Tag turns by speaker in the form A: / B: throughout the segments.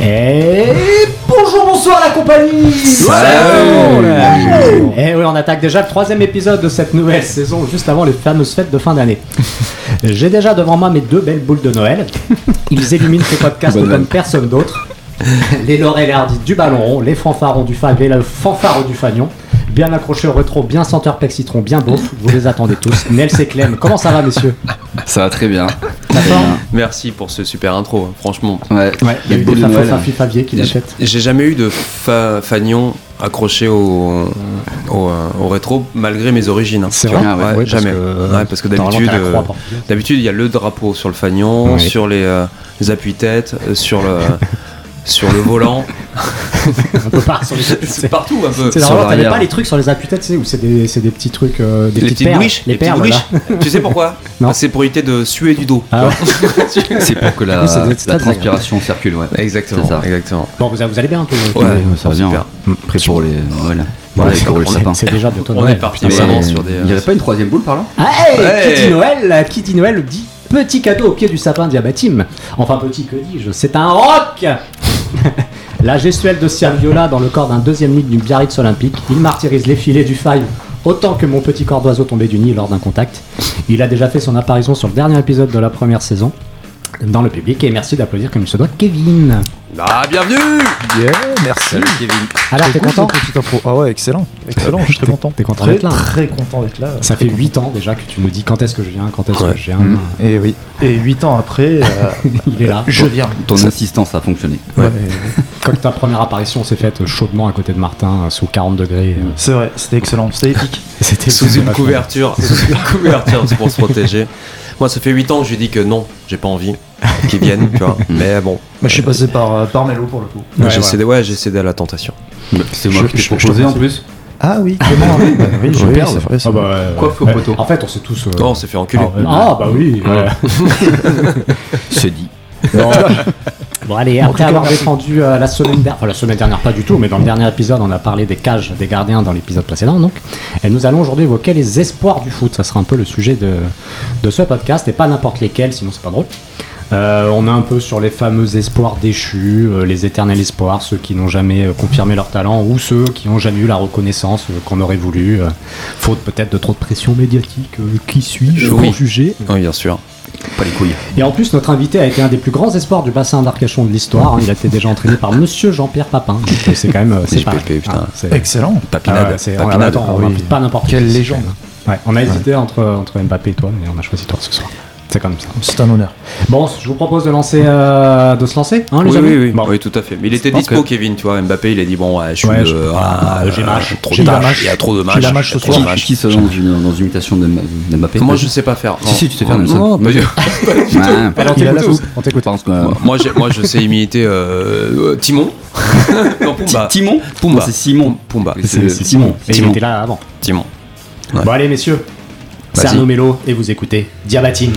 A: Et bonjour, bonsoir la compagnie
B: Salut
A: Bonjour Et oui, on attaque déjà le troisième épisode de cette nouvelle saison, juste avant les fameuses fêtes de fin d'année. J'ai déjà devant moi mes deux belles boules de Noël. Ils éliminent ce podcast
B: Bonne
A: comme
B: vanne.
A: personne d'autre. Les Laurel et Hardy du ballon rond, les fanfarons du Fab et le fanfaro du Fagnon. Bien accrochés au rétro, bien senteur plexitron, bien beau, vous les attendez tous. Nels et Clem, comment ça va messieurs
B: Ça va très bien.
A: La forme
C: Merci pour ce super intro, hein, franchement.
B: Ouais.
A: Ouais, il y a eu
B: boules
A: des
B: de Noël.
A: Fafi Favier qui l'achètent.
C: J'ai jamais eu de fa- fagnon accroché au, au, euh, au rétro malgré mes origines. hein.
A: C'est
C: Tu vois,
B: vrai Ah ouais,
C: ouais, Jamais. Ouais, parce que d'habitude,
A: normalement, t'as la
C: euh,
A: croix, par contre.
C: d'habitude il y a le drapeau sur le fagnon,
A: Ouais.
C: sur les, euh, les appuis-têtes, euh, sur le sur le volant.
A: un peu par sur les
C: C'est partout un peu.
A: C'est
C: Sur
A: normal, t'avais
C: l'arrière.
A: pas les trucs sur les appuis-têtes, tu sais, où c'est des, c'est des petits trucs, euh, des
C: Les
A: petites
C: petites
A: perles.
C: bruiches,
A: les
C: les petites
A: perles, voilà.
C: bruiches. Tu sais pourquoi
A: Non.
C: Parce que C'est pour éviter de suer du dos.
A: Ah ouais.
B: C'est pour que la,
A: Oui, ça doit être
B: la
A: très
B: transpiration circule, ouais.
C: Exactement.
B: C'est ça.
C: Exactement.
A: Bon, vous, vous allez bien un peu tous
C: Ouais,
A: les-
B: Ça va bien.
C: Eh, super.
B: ouais. Prêt pour les Noël. Pour
A: Ouais,
B: les- pour le
A: c'est-
B: sapin.
A: C'est déjà bientôt
C: On
A: Noël.
C: est parti
B: Mais-
C: vraiment sur des.
B: Il
D: euh,
B: n'y avait pas une troisième boule par là
A: Ah, hey,
C: Ouais.
A: Qui dit Noël, euh, qui dit Noël dit petit cadeau au pied du sapin diabatim. Enfin, petit que dis-je, c'est un roc La gestuelle de Serviola dans le corps d'un deuxième mythe du Biarritz Olympique, il martyrise les filets du Five autant que mon petit corps d'oiseau tombé du nid lors d'un contact. Il a déjà fait son apparition sur le dernier épisode de la première saison dans le public et merci d'applaudir comme il se doit Kevin.
C: Ah, bienvenue
D: Yeah, merci.
C: Kevin.
A: Alors
D: Très
A: t'es
D: cool,
A: content
D: ton petit intro. Ah ouais, excellent. Excellent, je suis très content.
A: t'es content
D: Très,
A: d'être là, hein.
D: Très content d'être là.
A: Ça fait 8 ans déjà que tu nous dis quand est-ce que je viens, quand est-ce
C: Ouais.
A: que je viens.
B: Mhm.
D: Et oui. Et 8 ans après, euh,
A: Eh Il est là.
D: je viens.
B: Ton assistance a fonctionné.
D: Ouais.
A: Quand ta première apparition s'est faite chaudement à côté de Martin, euh, sous 40 degrés. euh,
D: C'est vrai, c'était excellent, c'était épique.
A: C'était
C: sous une
A: vachement-
C: couverture, sous une couverture c'est pour se protéger. Moi, ça fait 8 ans que je lui dis que non, j'ai pas envie qu'ils viennent, tu vois. Mais bon,
D: Moi, je suis passé par, euh, par Mello pour le coup.
A: Ouais,
C: j'ai
A: voilà.
C: cédé, ouais, j'ai cédé à la tentation.
B: C'est moi
D: Je-
B: qui
D: je-
B: t'ai
D: je te
B: proposé en
D: remercie.
B: plus.
D: Ah oui, comment oui, bah oui,
B: Je
D: oui,
B: perds.
D: c'est vrai, c'est
A: Ah
D: vrai.
A: bah, euh,
B: Quoi, faux
A: ouais.
B: poteau
A: En fait, on s'est tous. euh,
C: Non, on s'est fait
A: ah,
C: enculer.
A: euh, ah, bah oui. euh,
B: C'est dit.
A: non. Bon allez, après
D: tout cas,
A: avoir
D: merci.
A: défendu euh, la semaine dernière, enfin la semaine dernière pas du tout, mais dans le dernier épisode on a parlé des cages des gardiens dans l'épisode précédent donc, et nous allons aujourd'hui évoquer les espoirs du foot, ça sera un peu le sujet de, de ce podcast, et pas n'importe lesquels, sinon c'est pas drôle. Euh, on est un peu sur les fameux espoirs déchus, euh, les éternels espoirs, ceux qui n'ont jamais euh, confirmé leur talent ou ceux qui n'ont jamais eu la reconnaissance euh, qu'on aurait voulu, euh, faute peut-être de trop de pression médiatique, euh, qui suis-je
C: Oui.
A: pour juger
C: Oui, bien sûr.
B: Pas les couilles.
A: et en plus, notre invité a été un des plus grands espoirs du bassin d'Arcachon de l'histoire. hein. Il a été déjà entraîné par Monsieur Jean-Pierre Papin. Donc, euh, C'est quand même, euh, c'est
C: JPP,
A: pareil.
C: putain.
A: c'est-
D: bah, Excellent.
A: ah
C: Papinade.
A: ouais, c'est- on-
C: papinade.
A: attends, on
D: oui.
A: invite pas n'importe
D: Quelle
A: qui.
D: légende.
A: Ouais, on a hésité entre, entre Mbappé et toi, mais on a choisi toi ce soir. C'est comme ça.
D: C'est un honneur.
A: Bon, je vous propose de lancer, euh, de se lancer, hein, les
C: oui,
A: amis.
C: oui, oui.
A: Bon.
C: oui, tout à fait. Mais il était
B: pense
C: dispo, Kevin, tu vois. Mbappé, il a dit Bon, ouais, je suis.
A: Ouais, je-
C: euh, ah,
A: j'ai
C: euh,
A: mâche.
C: Trop
A: J'ai
C: de
A: la
C: mâche.
D: mâche.
C: Il y a trop de
D: J'ai
C: mâche.
D: la mâche ce
C: il y a trop
D: soir.
C: de mâche.
B: Qui, qui se lance dans une, dans une imitation de, de Mbappé
C: Moi, je sais pas faire.
B: Si, si, tu sais faire,
C: Non,
B: Nelson.
C: non, pas du-
B: Ouais,
A: Alors, on
D: Il a
A: t'écoute
D: la
A: tous. On
B: Je
A: t'écoute.
B: pense que. euh,
C: Moi, j'ai- moi, je sais imiter euh, euh, Timon. Non, Pumba.
B: Timon
C: Bah, Pumba.
B: Non, C'est Simon.
C: Pumba.
B: C'est
A: C'est
B: Simon.
A: Et il
B: Simon.
A: était là avant.
C: Timon. Ouais.
A: Bon, allez, messieurs. C'est
C: Vas-y.
A: Arnaud Mello et vous écoutez Diabatine.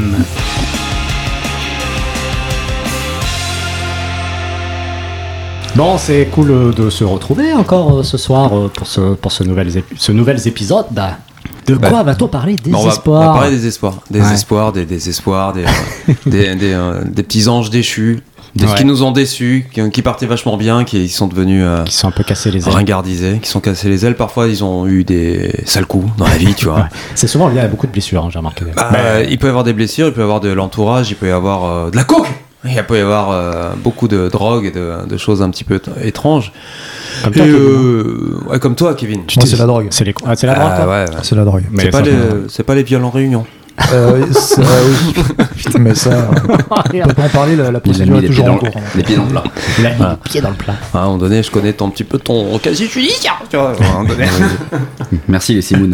A: Bon, c'est cool euh, de se retrouver encore euh, ce soir euh, pour ce, pour ce, nouvel, ép- ce nouvel épisode. Bah, De quoi va-t-on parler
C: Bon, bah, on, va,
A: Désespoir.
C: on va parler des espoirs. Des
A: Ouais.
C: espoirs, des désespoirs, des, euh, des, des, euh, des petits anges déchus, des,
A: Ouais.
C: qui nous ont déçus, qui, qui partaient vachement bien, qui sont devenus euh,
A: Qui sont un peu cassés les ailes.
C: ringardisés, qui sont cassés les ailes. Parfois, ils ont eu des sales coups dans la vie, tu vois.
A: Ouais. C'est souvent lié à beaucoup de blessures, hein, j'ai remarqué.
C: Bah, euh, il peut y avoir des blessures, il peut y avoir de l'entourage, il peut y avoir euh, de la coke il peut y avoir euh, beaucoup de drogue et de, de choses un petit peu t- étranges.
A: Comme
C: Et,
A: toi, Kevin, hein.
C: euh, ouais, comme toi, Kevin.
D: Moi, c'est la drogue.
A: C'est les... ah, c'est la droite,
C: Ah,
A: toi
C: ouais, ouais.
D: C'est la drogue.
A: Mais
C: C'est pas,
A: ça-
C: les- c'est pas les viols en réunion.
D: Euh, oui, ça, oui. Putain, Mais ça,
A: Oh,
D: euh, on peut pas en parler, la, la
B: Il a
D: procédure
B: mis
D: est
B: les pieds
D: toujours
B: dans
D: en
B: le
D: cours. hein.
B: les pieds dans le plat.
A: Il a mis le pied dans le plat.
C: À un moment donné, je connais ton- un petit peu ton casier judiciaire. Tu vois, à un moment donné.
B: Merci les Simon.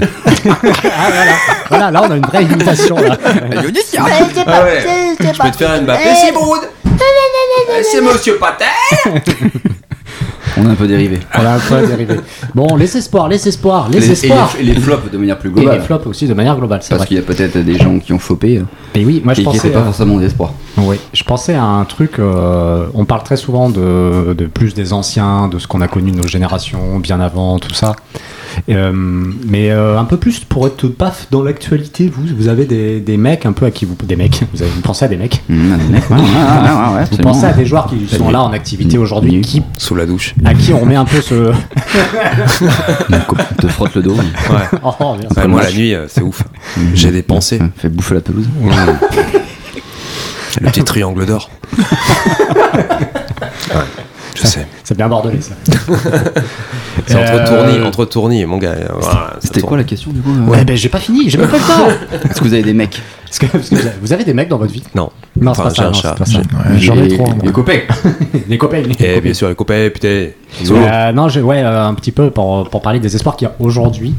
A: Voilà, là on a une vraie imitation. Là.
C: Ah ouais. Je vais te faire Mbappé, c'est Brood. C'est Monsieur Patel.
B: On a un peu dérivé.
A: On a un peu dérivé. Bon, les espoirs, les espoirs, les,
B: et,
A: espoirs.
B: les, et les flops de manière plus
A: Et
B: globale.
A: les flops aussi de manière globale, c'est
B: Parce
A: vrai.
B: qu'il y a peut-être des gens qui ont flopé euh,
A: Et oui, moi
B: et
A: je
B: qui n'étaient
A: pensais,
B: pas
A: euh,
B: forcément des espoirs.
A: oui, je pensais à un truc. euh, on parle très souvent de, de plus des anciens, de ce qu'on a connu de nos générations, bien avant, tout ça. Euh, mais euh, un peu plus pour être paf dans l'actualité, vous, vous avez des, des mecs un peu à qui vous. Des mecs, vous, avez- vous pensez à des mecs
B: Mmh, ouais, ouais, ouais, ouais, ouais,
A: Vous
B: absolument. Mm,
A: pensez à des joueurs qui sont là en activité aujourd'hui,
B: Oui.
A: qui,
C: Sous la douche.
A: à qui on remet un peu ce.
B: Une coupe te frotte le dos. ouais.
C: Ouais.
A: Oh, merde.
C: Ouais, moi, la nuit, euh, c'est ouf. J'ai des pensées.
B: Fais bouffer la pelouse.
C: Le petit triangle d'or. Ouais, je sais.
A: C'est bien bordelais ça.
C: C'est entre
A: Euh,
C: tournis, entre tournis, mon gars. Voilà, ça
B: C'était
C: tourne.
B: quoi la question du coup euh
A: Ouais, ben j'ai pas fini, j'ai même pas le temps.
B: Est-ce que vous avez des mecs
A: Parce que, parce que vous avez- vous avez des mecs dans votre vie
C: Non.
A: Non, c'est
C: Enfin,
A: pas ça,
C: j'ai un
A: non, c'est
C: chat.
A: pas ça.
D: Ouais, J'en ai
B: Des-
D: trois.
B: Des
D: moi.
B: copains.
A: Les copains. les
C: Et
A: copains.
C: bien sûr, les copains, putain.
A: Euh, non, j'ai- ouais, euh, un petit peu pour, pour parler des espoirs qu'il y a aujourd'hui.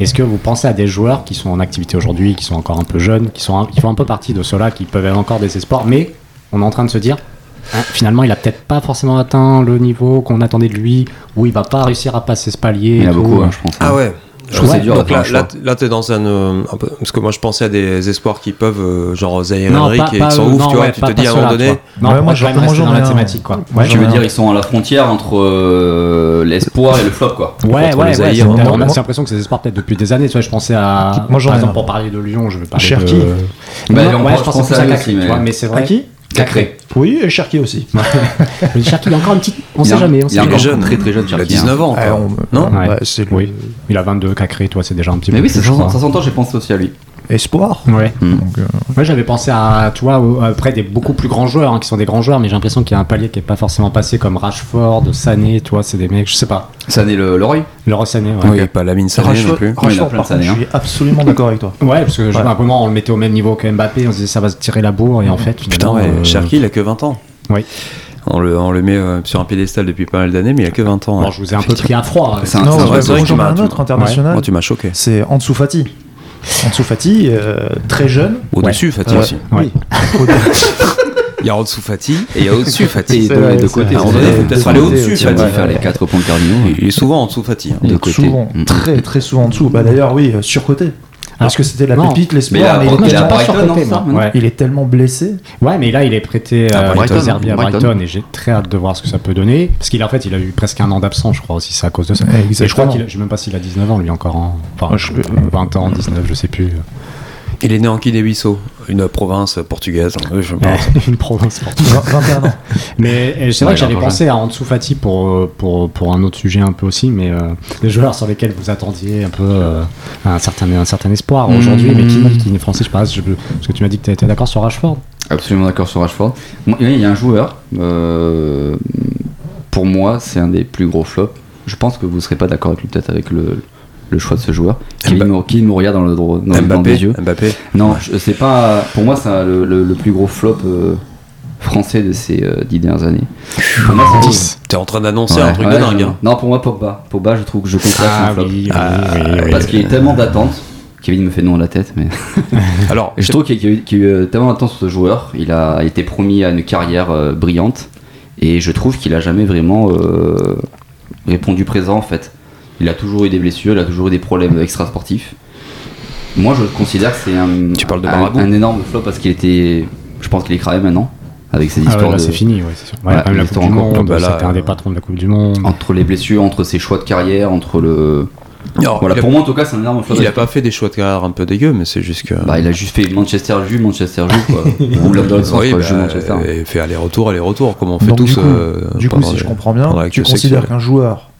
A: Est-ce que vous pensez à des joueurs qui sont en activité aujourd'hui, qui sont encore un peu jeunes, qui, sont un- qui font un peu partie de ceux-là, qui peuvent être encore des espoirs, mais on est en train de se dire, hein, finalement, il a peut-être pas forcément atteint le niveau qu'on attendait de lui, ou il va pas réussir à passer ce palier.
B: Il y en
A: et
B: a
A: tout.
B: beaucoup, hein, je pense.
C: Ah ouais.
B: Je trouve
A: Ouais,
B: c'est dur
C: Donc
B: d'atteindre un
C: là, là,
B: choix.
C: t- là, t'es dans un, euh, un peu- parce que moi je pensais à des espoirs qui peuvent euh, genre Zaire
A: Non,
C: Henry
A: pas,
C: qui
A: pas
C: sont
A: eux,
C: ouf,
A: non,
C: tu vois,
A: ouais,
C: tu
A: pas-
C: te
A: pas
C: dis à un
A: ceux-là,
C: moment
A: tu
C: donné,
A: vois. Non,
D: Ouais,
A: moi,
D: moi,
A: je vais
D: j'en- moi,
A: rester
D: j'en
A: dans la
D: ai un.
A: thématique, quoi.
D: Moi,
A: Ouais,
D: j'en
B: Tu
A: ouais,
B: veux
D: ai
B: dire, ils sont à la frontière entre euh, l'espoir et le flop, quoi.
A: ouais,
C: contre le
A: ouais,
C: Zaïre,
A: c'est
C: hein.
A: peut-être- on a
D: Moi-
A: c'est l'impression que ces espoirs peut-être depuis des années. Tu vois, je pensais à,
D: Moi, j'en
A: par
D: ai
A: exemple,
D: un.
A: pour parler de Lyon, je vais parler
D: Cherki.
A: de.
B: Bah,
A: Non,
B: j'en
A: ouais,
B: pense-
A: je
B: je
A: pensais
B: pense
A: plus
B: à
A: à
B: lui
A: Kakri,
B: aussi,
A: tu
B: mais-
A: vois, mais c'est vrai.
D: À qui
B: Cacré.
D: Oui, et Cherki aussi.
A: Mais Cherki, il a encore une petite. On
B: Il y
A: sait
B: a-
A: jamais. On
B: il y
A: sait
B: a
A: jamais.
B: encore
C: jeune.
B: très très jeune,
C: il a
B: Cherki, hein.
C: 19 ans.
D: Ah,
C: encore.
D: on-
C: non
A: Ouais.
D: Bah, c'est le
A: Oui. Il a 22 cacré, toi, c'est déjà un petit
B: Mais
A: peu.
B: oui,
A: plus,
B: ça
A: je crois.
B: s'entend, j'ai pensé aussi à lui.
D: espoir.
A: Ouais.
D: Donc, euh,
A: Moi j'avais pensé à toi au- euh, après des beaucoup plus grands joueurs hein, qui sont des grands joueurs mais j'ai l'impression qu'il y a un palier qui est pas forcément passé comme Rashford, Sané, toi c'est des mecs je sais pas.
B: Ça n'est le Leroy
A: Leroy Sané ouais.
C: Il y a pas Lamine Sarrier non
D: Rashford,
C: plus.
B: Oui, il a
D: Rashford,
B: plein
D: par
B: de hein. salés,
D: contre, je suis absolument d'accord avec toi.
A: Ouais parce que je-
D: Ouais.
A: à un moment on le mettait au même niveau que Mbappé on se disait ça va se tirer la bourre et en fait
C: Putain,
A: finalement
C: ouais,
A: euh,
C: Cherki, il a que 20 ans.
A: Oui.
C: On le, on le met euh, sur un piédestal depuis pas mal d'années, mais il a que 20 ans.
A: bon, je vous ai un peu pris à froid. euh,
B: C'est un-
D: Non,
B: c'est un
D: ouais,
B: vrai
C: c'est vrai qu'il
D: moi, j'en ai
C: m'a-
D: un autre international.
C: Moi, tu m'as choqué.
D: C'est Ansu Fati. Ansu Fati, euh, très jeune.
C: Au-dessus, Fatih
D: Euh,
C: aussi.
D: oui.
C: Il y a en dessous Fatih et il y a au-dessus
B: Et
C: Fatih.
D: C'est
B: de-
D: vrai,
B: de
D: c'est
B: côté,
D: vrai.
B: c'est-
D: Ouais,
B: c'est-
D: de
B: peut-être
D: côté,
B: aller
D: ouais,
B: au-dessus,
D: ouais,
B: Fatih,
D: ouais.
B: faire les 4 points cardinaux.
C: Il est souvent en dessous Fatih. hein.
D: Il
B: de
D: est
B: côté.
D: souvent,
B: Mm. Ah.
D: très très souvent en dessous. Bah d'ailleurs, oui, euh, surcoté. Parce que c'était la
A: non.
D: pépite,
B: Mais il a
D: l'espoir. mais il est
A: Non,
B: apporté
A: je
B: la
D: tellement-
A: l'ai pas
B: Brighton,
A: surcoté,
B: non, ça,
A: moi. Ouais.
D: Il est tellement blessé.
A: Ouais, mais là, il est prêté
C: Ah,
A: euh,
C: Brighton,
A: aux Herbiers à Brighton,
B: Brighton.
A: et j'ai très hâte de voir ce que ça peut donner. Parce qu'il en fait, il a eu presque un an d'absence, je crois aussi, c'est à cause de ça.
D: Ouais,
A: et je crois
D: exactement.
A: qu'il, a- je sais même pas s'il a 19 ans lui encore, hein. enfin,
D: Ouais, je-
A: euh, 20 ans, 19, je sais plus.
C: Il est né en Guinée-Bissau, une province portugaise. hein, je pense.
A: Une province. quoi.
D: 21 ans.
A: Mais euh, c'est vrai
B: Ouais,
A: que j'avais
B: encore
A: pensé à Ansu Fati pour, euh, pour, pour un autre sujet un peu aussi, mais euh, des joueurs sur lesquels vous attendiez un peu euh, un, certain, un certain espoir aujourd'hui, mais qui, qui, Francis, je sais pas, je- parce que tu m'as dit que tu étais d'accord sur Rashford.
B: Absolument d'accord sur Rashford. Moi, il y a un joueur, euh, pour moi, c'est un des plus gros flops. Je pense que vous ne serez pas d'accord avec lui, peut-être avec le, le choix de ce joueur. Kevin Mou- Kevin Mouria dans le dro- dans, dans les
C: Mbappé,
B: yeux.
C: Mbappé.
B: Non, je- c'est pas. Pour moi, c'est un- le, le- le plus gros flop euh, français de ces euh, dix dernières années. Pour moi, c'est-
C: T'es en train d'annoncer
B: Ouais,
C: un truc
B: ouais,
C: de dingue.
B: je-
C: hein.
B: Non, pour moi, Pogba. Pogba, je trouve que je comprends son flop.
A: Ah oui, oui, oui, oui.
B: Parce qu'il y a eu tellement d'attentes. Kevin me fait non à la tête, mais.
C: Alors,
B: Et Je trouve qu'il y a eu- qu'il y a eu euh, tellement d'attente sur ce joueur. Il a été promis à une carrière euh, brillante. Et je trouve qu'il a jamais vraiment euh, répondu présent en fait. Il a toujours eu des blessures, il a toujours eu des problèmes extrasportifs. Moi je considère que c'est un,
C: Tu parles de
B: un,
C: Marabout
B: un énorme flop parce qu'il était. Je pense qu'il est cramé maintenant. Avec ses
A: Ah
B: histoires
A: ouais, là,
B: de-
A: c'est fini, ouais, c'est sûr. Ouais,
B: Ouais,
A: quand même la
B: l'histoire
A: Coupe du
B: en Coupe,
A: Monde, euh,
C: bah là,
A: c'était
D: euh,
A: un des patrons de la Coupe du Monde.
B: Entre les blessures, entre ses choix de carrière, entre le.
C: alors,
B: Voilà,
C: Oh, il a-
B: pour moi en tout cas c'est un énorme flop.
C: il a pas fait des choix de carrière un peu dégueu, mais c'est juste que.
B: Bah, il a juste fait Manchester jus, Manchester jus quoi. Ou l'autre dans le sens,
C: Oui,
B: quoi,
C: bah,
B: jus, Manchester.
C: et fait aller-retour, aller-retour, comme on fait
D: Donc,
C: tous.
D: du coup,
C: euh,
D: du coup,
C: pendant
D: si je
C: les-
D: comprends
C: pendant
D: bien,
C: la
D: tu
C: queue
D: considères
C: sexuelle.
D: qu'un joueur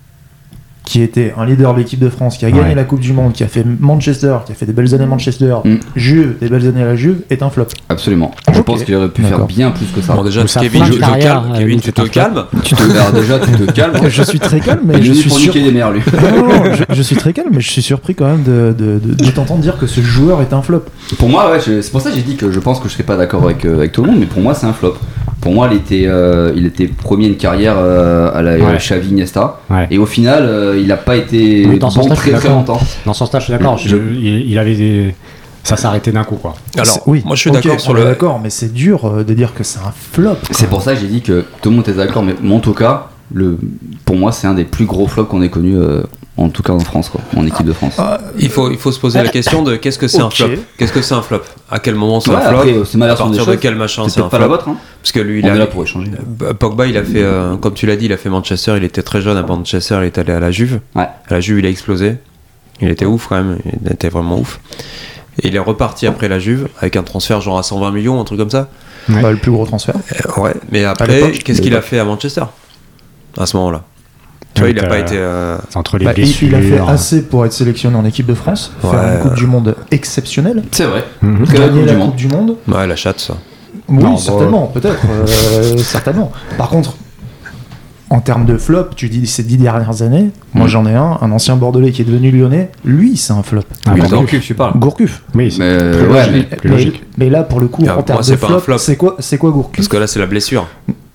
D: qui était un leader de l'équipe de France, qui a gagné
A: Ouais.
D: la Coupe du Monde, qui a fait Manchester, qui a fait des belles années à Manchester,
B: Mm.
D: Juve, des belles années à la Juve, est un flop.
B: Absolument. Je
D: Ok.
B: pense qu'il aurait pu faire
D: D'accord.
B: bien plus que ça.
C: Bon, déjà,
A: Ou sa
C: Kevin,
A: fin de
C: tu te
A: carrière,
C: calmes.
A: à la
C: Kevin,
A: limite,
C: tu
A: c'est
C: te
A: un flop.
C: calmes.
B: tu te bah, déjà, tu te calmes.
D: Je suis très calme,
B: Et
D: mais je
B: lui,
D: suis,
B: pour
D: sur-
B: niquer les mères, lui.
D: Non, non, je, je suis très calme, mais je suis surpris quand même de, de, de- de t'entendre dire que ce joueur est un flop.
B: Pour moi, ouais, je- c'est pour ça que j'ai dit que je pense que je serais pas d'accord avec, euh, avec tout le monde, mais pour moi, c'est un flop. Pour moi, il était, euh, il était premier une carrière euh, à la
A: Ouais.
B: euh, Xavi Iniesta,
A: Ouais.
B: et au final, euh, il a pas été
A: Oui, dans ce
B: bon
A: sens-là, je suis
B: très très
A: d'accord.
B: longtemps.
A: Dans son stage, je suis d'accord, je-
B: Je-
A: il, il avait des... ça s'arrêtait d'un coup, quoi.
C: Alors,
D: C'est- oui,
C: moi, je suis
D: ok,
C: d'accord
D: on
C: sur
D: est
C: le.
D: D'accord, mais c'est dur euh, de dire que c'est un flop.
B: C'est pour ça que j'ai dit que tout le monde était d'accord, mais moi, en tout cas, le, pour moi, c'est un des plus gros flops qu'on ait connu, euh, en tout cas en France, quoi, en équipe de France.
C: Il faut, il faut se poser la question de qu'est-ce que c'est
D: Ok.
C: un flop Qu'est-ce que c'est un flop À quel moment c'est
B: Ouais,
C: un flop
B: après, euh, c'est ma
C: À
B: version
C: partir
B: des
C: de
B: choses.
C: quel machin
B: C'est
C: c'est un
B: peut-être pas la
C: flop
B: vôtre, hein.
C: Parce que lui, il
B: On
C: a.
B: est là pour échanger.
C: Bah, Pogba, il a fait, euh, comme tu l'as dit, il a fait Manchester, il était très jeune à Manchester, il est allé à la Juve.
B: Ouais.
C: À la Juve, il a explosé. Il était ouf quand même, il était vraiment ouf. Et il est reparti après la Juve avec un transfert genre à 120 millions, un truc comme ça.
A: Ouais.
D: Bah, le plus gros transfert.
C: Euh, ouais, mais après,
D: l'époque,
C: qu'est-ce qu'il a fait à Manchester à ce moment-là Tu vois,
A: Donc,
C: il n'a pas
A: euh,
C: été. euh,
A: C'est entre les
D: Bah, il,
A: blessures.
D: il a fait assez pour être sélectionné en équipe de France, faire
C: Ouais.
D: une Coupe du Monde exceptionnelle,
B: C'est vrai.
A: Mhm.
B: Que la
D: gagner
B: Coupe du
D: la
B: Monde.
D: Coupe du Monde.
C: Ouais, la chatte, ça.
D: Oui,
A: Non, bah,
D: certainement, peut-être, euh, certainement. Par contre, en termes de flop, tu dis ces dix dernières années, moi
B: Mm.
D: j'en ai un, un ancien Bordelais qui est devenu lyonnais, lui c'est un flop.
A: Ah,
B: Oui,
A: bon,
B: dans le cul, tu parles.
D: Gourcuff.
A: Oui, c'est-
B: Mais euh,
A: Plus
B: ouais,
A: logique.
B: mais-
A: plus
D: mais,
A: logique.
D: mais là pour le coup,
C: Ah,
D: en
C: pour
D: termes
C: moi,
D: de
C: c'est pas un
D: flop,
C: flop.
D: c'est quoi, c'est quoi Gourcuff
C: Parce que Ah, là, c'est la blessure.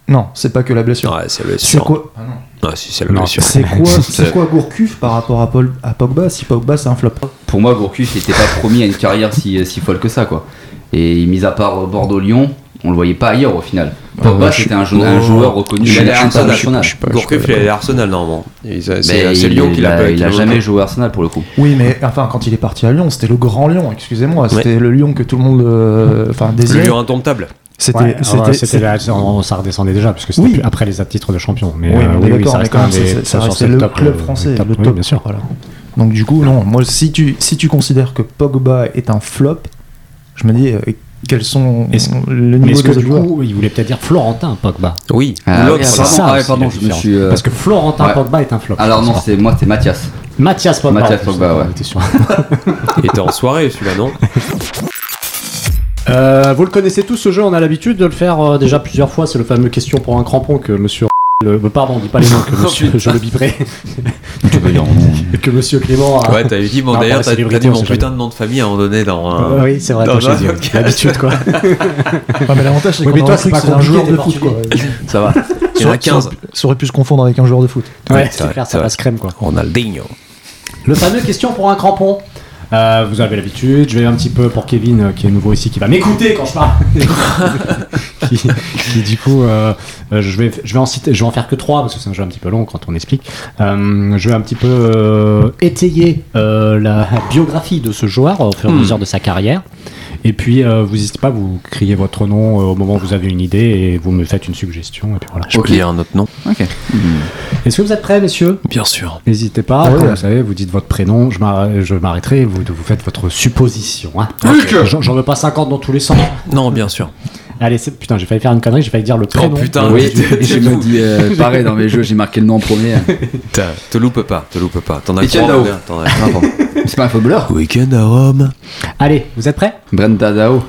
D: Non, c'est pas que la blessure.
C: Ouais, c'est la
D: C'est
C: blessure.
D: quoi,
C: Ah, si, c'est la
A: Non,
C: blessure.
D: c'est quoi, c'est
B: C'est-
D: quoi Gourcuff par rapport à, Paul, à Pogba Si Pogba c'est un flop.
B: pour moi, Gourcuff n'était pas promis à une carrière si, si folle que ça, quoi. Et mis à part euh, Bordeaux-Lyon, on le voyait pas ailleurs au final. Pogba,
E: ouais, je suis-
B: c'était un, jou- un
C: Oh.
B: joueur reconnu
E: Je-
B: à
E: je suis pas-
B: l'international.
E: je suis pas- je suis pas
C: Gourcuff, il
E: d'accord.
C: est à Arsenal normalement. Il- C'est euh,
B: Mais
C: c'est- c'est
B: il-
C: Lyon qui
B: il
C: l'a
B: a,
C: pas
B: il
C: été
B: a
C: longtemps.
B: jamais joué au Arsenal pour le coup.
D: Oui, mais enfin quand il est parti à Lyon, c'était le grand Lyon, excusez-moi, c'était le Lyon que tout le monde, euh, enfin
C: Le
D: désirait.
C: Lyon indomptable.
D: C'était,
A: Ouais, alors,
D: c'était-
A: c'était la- on- ça redescendait déjà parce que c'était
D: Oui.
A: plus après les titres de champion. Mais
D: Oui,
A: euh,
D: mais
A: oui, oui,
D: d'accord,
A: ça
D: mais
A: reste
D: quand
A: un
D: même, c'est-
A: des-
D: c'est- ça
A: sur
D: reste
A: ces
D: le
A: tops,
D: club
A: euh,
D: français,
A: top,
D: le
A: oui,
D: top.
A: bien sûr.
D: Voilà. Donc du coup, non, moi si tu, si tu considères que Pogba est un flop, je me dis euh, quels sont
A: Est-ce-
D: le
A: Mais
D: niveau
A: est-ce
D: des
A: que
D: autres
A: du
D: joueurs.
A: coup, il voulait peut-être dire Florentin Pogba
C: Oui,
B: Ah,
C: l'autre,
B: oui,
C: c'est
B: pardon,
A: ça
B: ah,
A: aussi,
B: pardon,
A: la
B: je me
A: différence.
B: suis, euh,
A: Parce que Florentin
B: ouais.
A: Pogba est un flop.
B: Alors
A: faut
B: non,
A: savoir.
B: c'est moi, c'est Mathias.
A: Mathias Pogba.
B: Mathias
A: en plus,
B: Pogba,
A: on
B: ouais.
A: était sûr.
C: il était en soirée celui-là, non
A: Euh, vous le connaissez tous ce jeu, on a l'habitude de le faire euh, déjà plusieurs fois. C'est le fameux question pour un crampon que monsieur. Le, euh, pardon, on dit pas les noms que monsieur, je le biperai. que monsieur Clément a.
C: Ouais, t'avais dit, bon,
A: Non,
C: d'ailleurs,
A: par
C: t'as
A: les
C: t'as dit
A: célébrités, on
C: mon
A: sait
C: putain de nom de famille à un moment donné dans un.
A: Euh, oui, c'est vrai,
C: Dans
A: t'as
C: un
A: choisi,
C: podcast.
A: l'habitude quoi.
D: Ah, mais l'avantage c'est
A: Oui,
D: qu'on
A: mais toi,
D: aurait
A: c'est
D: cru que
A: pas compliqué,
D: c'était un joueur
A: t'es
D: de foot quoi.
A: portugais.
C: Ça va. Il y en a 15.
D: Ça aurait pu se confondre avec un joueur de foot.
A: Ouais,
C: c'est
A: c'est
C: vrai,
A: clair,
C: c'est
A: ça
C: vrai.
A: passe crème quoi.
C: Ronaldinho.
A: Le fameux question pour un crampon. Euh, vous avez l'habitude, je vais un petit peu pour Kevin euh, qui est nouveau ici, qui va m'écouter quand je parle. qui, qui, du coup, euh, euh, je, vais, je, vais en citer, je vais en faire que trois parce que c'est un jeu un petit peu long quand on explique. Euh, je vais un petit peu euh, étayer euh, la biographie de ce joueur au fur et à
C: Hmm.
A: mesure de sa carrière. Et puis, euh, vous n'hésitez pas, vous criez votre nom euh, au moment où vous avez une idée et vous me faites une suggestion. Et puis voilà.
C: Je peux dire un autre nom
B: Ok.
A: Est-ce que vous êtes prêts, messieurs
C: Bien sûr.
A: N'hésitez pas,
D: Ah ouais.
A: comme vous savez, vous dites votre prénom, je m'arr- je m'arrêterai, vous, vous faites votre supposition. Hein. J'en j'en veux pas 50 dans tous les sens.
C: Non, bien sûr.
A: Allez, c'est- putain, j'ai failli faire une connerie, j'ai failli dire le
C: Oh
A: prénom.
C: putain,
B: oui,
C: tu- tu-
B: je me dis euh, pareil dans mes jeux, j'ai marqué le nom en premier.
C: Putain, te loupe pas, te loupe pas. T'en as
B: Etienne
C: trois,
B: Dao.
C: regarde, t'en as-
B: Ah, pardon. C'est pas un footballeur
C: Week-end à Rome.
A: Allez, vous êtes prêts
B: Brenda Dao.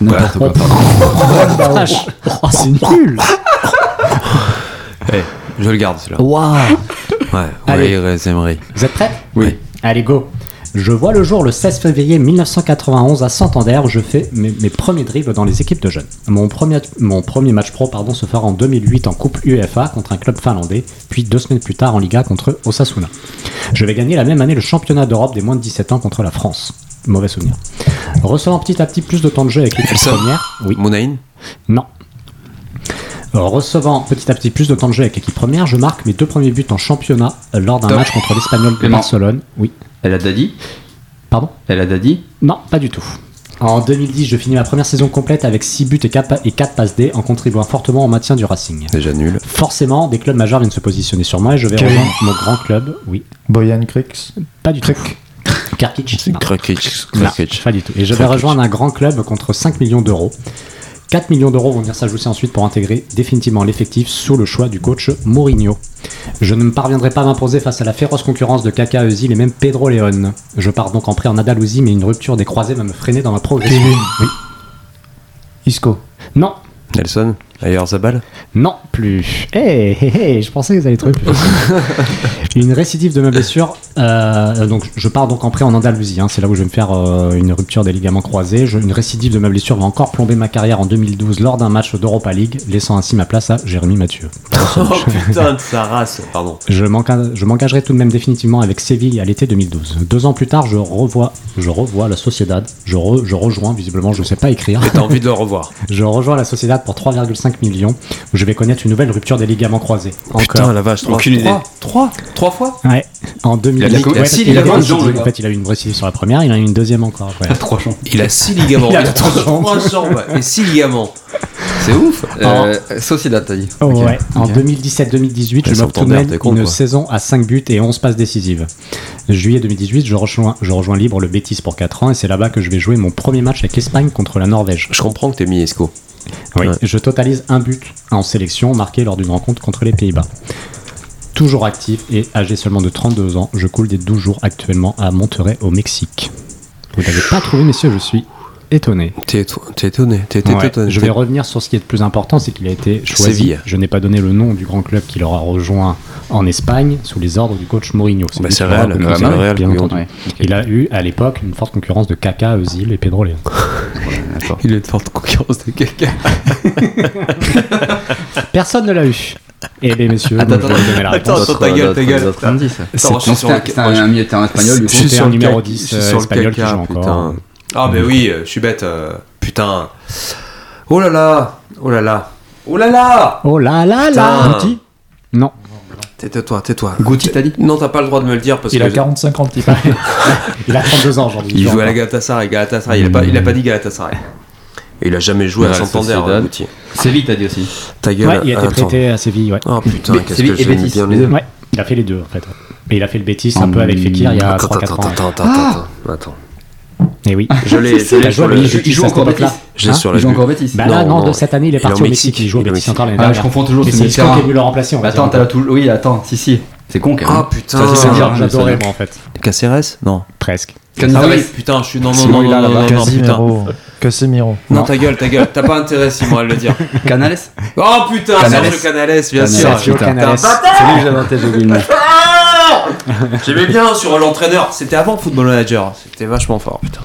B: N'importe quoi, pardon.
A: oh, vache. Oh, c'est nul
C: Eh, je le garde celui-là.
A: Waouh
C: Ouais,
A: Oh. Allez.
C: Waïr Zemri.
A: Vous êtes prêts
B: Oui.
A: Allez, go Je vois le jour le 16 février 1991 à Santander où je fais mes, mes premiers dribbles dans les équipes de jeunes. Mon premier, mon premier match pro pardon, se fera en 2008 en Coupe UEFA contre un club finlandais, puis deux semaines plus tard en Liga contre Osasuna. Je vais gagner la même année le championnat d'Europe des moins de 17 ans contre la France. Mauvais souvenir. Recevant petit à petit plus de temps de jeu avec l'équipe
C: Elsa.
A: première. Oui.
C: Mounaïn
A: Non. Recevant petit à petit plus de temps de jeu avec l'équipe première, je marque mes deux premiers buts en championnat euh, lors d'un
B: Top.
A: match contre l'Espagnol de
B: Clément.
A: Barcelone. Oui.
B: Elle a Dadi
A: Pardon
B: Elle a Dadi
A: Non, pas du tout. En 2010, je finis ma première saison complète avec 6 buts et 4, passes D en contribuant fortement au maintien du Racing.
C: Déjà nul.
A: Forcément, des clubs majeurs viennent se positionner sur moi et je vais
D: Kevin.
A: rejoindre mon grand club. Oui,
D: Boyan Cricks.
A: pas du tout. Karkic
C: C'est
A: Non.
C: Krakic.
A: Non,
C: Krakic.
A: pas du tout. Et je vais
C: Krakic.
A: rejoindre un grand club contre 5 millions d'euros. 4 millions d'euros vont venir s'ajouter ensuite pour intégrer définitivement l'effectif sous le choix du coach Mourinho. Je ne me parviendrai pas à m'imposer face à la féroce concurrence de Kaka Özil et même Pedro León. Je pars donc en prêt en Andalousie, mais une rupture des croisés va me freiner dans ma progression.
D: Kevin.
A: Oui.
D: Isco.
A: Non,
C: Nelson Ayer Zabal
A: non plus. Hé, hé, hé, Eh, je pensais que vous allez trouver plus. une récidive de ma blessure. euh, donc, je pars donc en prêt en Andalousie. hein, c'est là où je vais me faire euh, une rupture des ligaments croisés. Je- une récidive de ma blessure va encore plomber ma carrière en 2012 lors d'un match d'Europa League, laissant ainsi ma place à Jérémy Mathieu.
C: Oh putain de sa race Pardon.
A: Je m'enca- je m'engagerai tout de même définitivement avec Séville à l'été 2012. Deux ans plus tard, je revois, je revois la Sociedad. Je, re- je rejoins, visiblement, je ne sais pas écrire.
C: T'as envie de le revoir.
A: Je rejoins la Sociedad pour 3,5 millions, où je vais connaître une nouvelle rupture des ligaments croisés.
C: Putain la vache. Trois,
B: Aucune
C: trois, Trois Trois fois
A: Ouais, en 2000.
B: Il a de la com-
A: Ouais, parce
B: si,
A: qu'il
B: il a
A: avait
B: vingt
A: une
B: jambes,
A: récidive.
B: le
A: En
B: gars.
A: fait, il a eu une récidive sur la première, il en a eu
B: Ah,
A: une deuxième encore. ouais.
B: Trois champs.
C: Il a six ligaments.
A: Il a trois
C: trois jambes. Et six ligaments. C'est ouf
A: Ah.
E: Euh, Sociedad, t'as dit.
A: Oh, Ouais,
E: Ok.
A: en
E: Ok.
A: 2017-2018,
C: Ouais,
A: je
C: ça
A: me
C: me tourne vers
A: mène
C: tes
A: une
C: comptes, quoi.
A: saison à 5 buts et 11 passes décisives. Juillet 2018, je rejoins, je rejoins libre le Betis pour 4 ans et c'est là-bas que je vais jouer mon premier match avec l'Espagne contre la Norvège.
C: Je comprends que t'es mis esco.
A: Oui.
C: Ouais.
A: Je totalise un but en sélection marqué lors d'une rencontre contre les Pays-Bas. Toujours actif et âgé seulement de 32 ans, je coule des 12 jours actuellement à Monterrey au Mexique. Vous n'avez pas trouvé, messieurs, je suis étonné.
C: T'es éto- t'es étonné. T'es t'es
A: Ouais,
C: étonné.
A: Je vais revenir sur ce qui est le plus important, c'est qu'il a été choisi.
C: Séville.
A: Je n'ai pas donné le nom du grand club qui l'aura rejoint en Espagne sous les ordres du coach Mourinho.
C: Bah,
A: lui
C: c'est
A: qui l'aura
C: Real,
A: recruté,
C: quand même,
A: bien
C: Real, oui,
A: entendu.
B: Ouais,
A: Il a eu à l'époque une forte concurrence de Kaka, Özil et Pedro Leon.
B: d'accord.
C: Il est de forte concurrence de quelqu'un.
A: Personne ne l'a eu. Eh bien, messieurs, moi,
B: Attends,
A: je vais vous donner la
C: attends,
A: réponse.
C: attends,
B: D'autres-
C: ta gueule, ta
B: d'autres-
C: gueule.
B: d'autres indices.
C: Attends, je suis
B: Donc,
C: sur le-
B: c'était un, un milieu de terrain espagnol, du
C: Je
B: coup.
C: suis
A: C'était
C: sur
A: un
C: le
A: numéro
C: caca-
A: 10,
C: je suis
A: euh,
C: sur le
A: espagnol qui
C: caca,
A: joue encore,
C: putain.
A: hein.
C: Ah, ben oui, euh, je suis bête. euh, Putain. Oh là là. Oh là là. Oh là là
A: Oh là là là
C: Putain.
A: Guti Non.
C: Tais-toi, tais-toi.
B: Guti, t'as dit
C: Non, t'as pas le droit de me le dire parce
D: Il
C: que.
D: a 45 ans, petit
A: Il a 32 ans aujourd'hui.
C: Il joue à la Galatasaray. Galatasaray, il a pas, il a pas dit Galatasaray. Et il a jamais joué à
B: Real
C: Santander,
B: Sociedad.
C: Gauthier.
B: Séville, t'as dit aussi.
C: Ta gueule.
A: Ouais, il a été
C: Ah, attends.
A: prêté à Séville, ouais.
C: Oh putain,
B: Mais
C: qu'est-ce
B: Séville
C: que
B: et
C: j'aime
B: Betis,
C: bien
B: les
C: les
B: deux.
C: deux.
A: Ouais, il a fait les deux en fait. Mais il a fait le Betis un
B: Hum.
A: peu avec Fekir il y a
C: Attends,
A: 3-4 ans.
C: attends, attends, attends, attends, attends.
A: Et oui.
B: Je l'ai
A: Il a joué
B: sur
A: à
B: le.
A: Betis,
B: Il joue
A: à cette
B: encore
A: époque-là.
B: Bétis.
C: Je l'ai
A: Hein
C: sur
B: Ah,
C: la
B: Il joue
C: gueule.
B: encore Bétis.
A: Bah là,
C: Non,
A: non,
C: non.
A: de cette année, il est
C: Il est
A: parti
C: au
A: au Mexique,
C: Mexique,
A: il joue au
C: il est au
A: Mexique encore l'année
B: Ah, je
A: dernière.
B: confonds toujours
A: Et
B: ce
A: c'est
B: milieu
A: Isco
B: de
A: qui a voulu
B: terrain.
A: le remplacer, on va
B: Attends, t'as
A: dire.
B: la tout. Oui, attends, si, si. C'est con quand même.
C: Ah putain.
B: Ça, c'est
A: C'est un
B: bien.
A: joueur que j'adorais, moi, en fait.
C: Caceres Non.
A: Presque.
B: Canizares.
C: Ah oui, putain, je suis. Non, non,
B: Simon,
C: non,
B: il a
C: non,
B: la
C: non, non,
B: barre.
C: non, putain.
D: Casimiro. Casimiro.
C: Non, ta gueule, ta gueule. T'as pas intérêt, Simon, à le dire.
B: Canales
C: Oh putain,
B: Canales.
C: Sergio Canales, bien
B: Ah Canales,
C: sûr.
A: Sergio
B: putain.
A: Canales.
B: C'est lui que j'avais inventé, j'ai oublié le nom.
C: Ah J'aimais bien sur l'entraîneur. C'était avant Football Manager. C'était vachement fort, putain.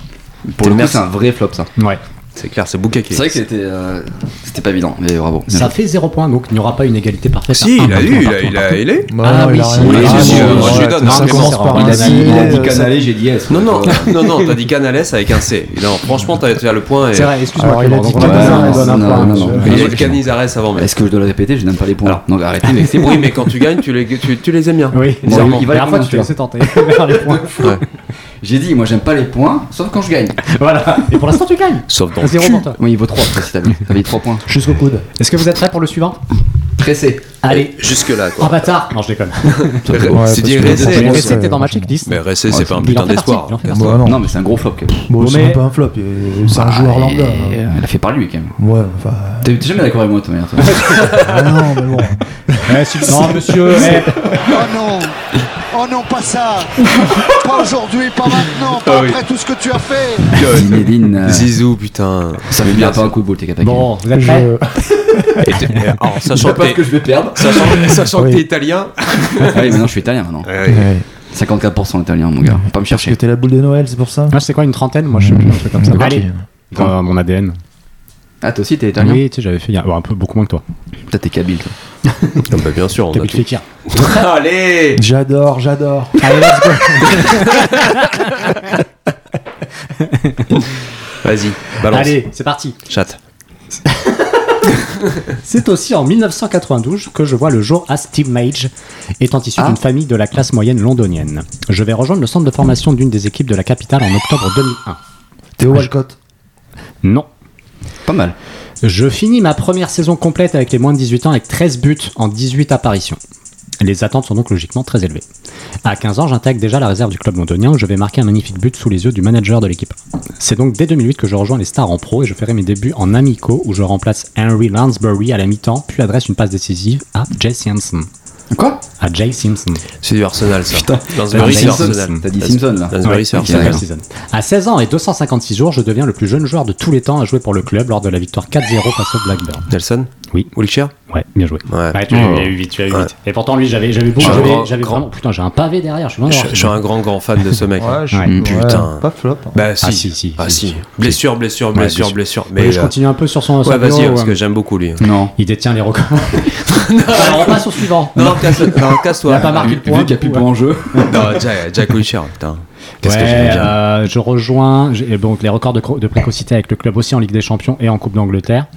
B: Pour le coup, c'est un vrai flop ça.
A: Ouais.
C: C'est clair, c'est Bouka qui
B: C'est vrai que c'était euh, c'était pas évident, mais bravo.
A: Ça fait 0 points, donc il n'y aura pas une égalité parfaite.
C: Si,
A: Un
C: il a
A: partout,
C: eu,
A: un
C: il a,
A: partout,
C: il
A: un
C: a, il est.
D: Bah
A: Ah oui, si, oui,
C: si, si, je lui donne,
D: Ça
C: c'est
D: commence
A: bon.
D: par
A: Il
D: un
A: a dit-
D: si,
A: il a
B: J'ai
D: euh,
B: dit
D: ça-
B: Canales, j'ai dit yes.
C: Non, non, non, non, t'as dit Canales avec un C. Non, franchement, t'as fait le point et.
A: partout. C'est vrai, excuse-moi.
D: Alors, il a
A: Clément,
D: dit
A: donc on a
D: Canales,
A: besoin, on donne un
B: non,
A: point,
B: non,
A: monsieur.
B: non.
C: Il y a
B: Ouais.
C: le Canizares avant, mais.
B: Est-ce que je dois le répéter Je n'aime pas les points.
C: Alors.
B: Donc arrêtez, mais c'est bon.
C: Oui, mais quand tu gagnes, tu les, tu, tu les aimes bien.
A: Oui,
B: Bon,
A: bizarrement.
B: il va les
A: Dernière fois,
B: prendre,
A: tu t'es
B: celui-là.
A: laissé tenter vers les points.
C: Ouais.
B: J'ai dit, moi j'aime pas les points, sauf quand je gagne.
A: Voilà. Et pour l'instant, tu gagnes.
C: Sauf dans.
A: 0 pour toi.
B: Oui, il vaut 3, si t'as mis. T'as mis 3 points.
D: Jusqu'au coude.
A: Est-ce que vous êtes prêts pour le suivant
B: Pressé.
A: Allez.
C: Jusque-là, quoi.
A: Ah, bâtard Non, je déconne.
D: parce
C: C'est dit
D: que-
C: Ressé.
A: Mais
D: bon,
A: Ressé
D: c'est-
A: était dans Magic 10.
C: Mais Ressé,
B: Ouais,
C: Ah, c'est pas un
A: Il en
C: putain
A: fait partie,
C: d'espoir.
A: il en fait partie.
D: Bon, non.
B: Non, mais c'est un gros flop quand même.
D: Bon, c'est
A: mais-
D: un peu un flop. euh, C'est un joueur lambda.
B: Et, euh, Elle a fait par lui quand même.
D: Ouais, enfin.
B: T'es t'es jamais d'accord avec moi, toi, merde, toi.
D: ah non, mais bon.
A: Eh, si- Non, monsieur. eh,
F: Oh non Oh non, pas ça Pas aujourd'hui, pas maintenant, pas
C: Ah oui.
F: après tout ce que tu as fait
B: Zinedine. euh,
C: Zizou, putain.
B: Ça fait bien pas un coup de boule, t'es capac.
A: Bon, vous êtes prêts
D: Je-
C: Et t'es- eh, alors, sachant que t'es
B: je vais perdre.
C: sachant- sachant que
D: Oui.
C: t'es italien. Ah,
B: Ah oui, maintenant je suis italien maintenant.
D: Ouais.
B: 54% italien, mon gars. Faut Pas me
D: Parce que
B: chercher.
D: t'es la boule de Noël, c'est pour ça
A: Moi, Ah, c'est quoi, une trentaine Moi, je sais plus, un truc comme ça.
D: Ok.
A: Allez, dans mon ADN.
B: Ah, toi aussi t'es italien
A: Oui, tu sais, j'avais fait il y a- bon, un peu beaucoup moins que toi.
B: Putain, t'es kabyle, toi.
C: Ah bah, bien sûr, on
A: T'as
C: a
A: but de
C: tout.
A: Fekir.
C: Allez
D: J'adore, j'adore.
A: Allez, let's go.
C: Vas-y, balance.
A: Allez, c'est parti.
C: Chat.
A: C'est aussi en 1992 que je vois le jour à Steve Mage, étant issu d'une famille de la classe moyenne londonienne. Je vais rejoindre le centre de formation d'une des équipes de la capitale en octobre 2001.
D: Théo Walcott.
A: Non.
B: Pas mal.
A: Je finis ma première saison complète avec les moins de 18 ans avec 13 buts en 18 apparitions. Les attentes sont donc logiquement très élevées. À 15 ans, j'intègre déjà la réserve du club londonien où je vais marquer un magnifique but sous les yeux du manager de l'équipe. C'est donc dès 2008 que je rejoins les stars en pro et je ferai mes débuts en Amico où je remplace Henry Lansbury à la mi-temps puis adresse une passe décisive à Jay Simpson.
B: Quoi
A: À Jay Simpson.
C: C'est du Arsenal, ça. Putain, Bah,
B: T'as
C: Lansbury,
B: dit
C: c'est
A: Simpson.
B: Simpson,
C: Arsenal.
B: T'as dit Simpson, là.
C: Lansbury, c'est
A: Ouais,
B: ok.
A: c'est
C: Arsenal.
A: la season. À 16 ans et 256 jours, je deviens le plus jeune joueur de tous les temps à jouer pour le club lors de la victoire 4-0 face au Blackburn.
C: Nelson
A: Oui.
C: Wiltshire
A: Ouais, bien joué.
C: Ouais.
A: tu
B: Oh.
A: l'as eu vite, tu l'as eu vite. Et pourtant, lui, j'avais j'avais beaucoup.
C: Je suis un
A: J'avais
C: grand-
A: j'avais
C: grand-
A: vraiment. Putain, j'ai un pavé derrière, je suis vraiment.
C: Je, je suis un grand, grand fan de ce mec.
D: je
A: Ouais.
C: Putain.
D: Pas flop. hein.
C: Bah si.
A: Ah, si, si,
C: Ah,
A: si,
C: si.
A: si.
C: Blessure, blessure, blessure,
A: blessure.
C: blessure.
A: Mais
C: Mais
A: je
C: euh,
A: continue un peu sur son.
C: ouais,
A: son
C: vas-y,
A: bio,
C: parce
A: ouais.
C: que j'aime beaucoup lui.
B: Non.
A: Il détient les records. Alors, on passe au suivant.
C: Non, non, casse- non, casse-toi.
A: Il a pas marqué le
B: Vu
A: point.
B: qu'il y a
A: du
B: plus de
A: coup,
B: points en jeu.
C: Non, Jack, Jack Wiltshire, putain. Qu'est-ce que j'aime
A: Ouais,
C: bien.
A: euh, je rejoins j'ai- donc les records de, cro- de précocité avec le club aussi en Ligue des Champions et en Coupe d'Angleterre.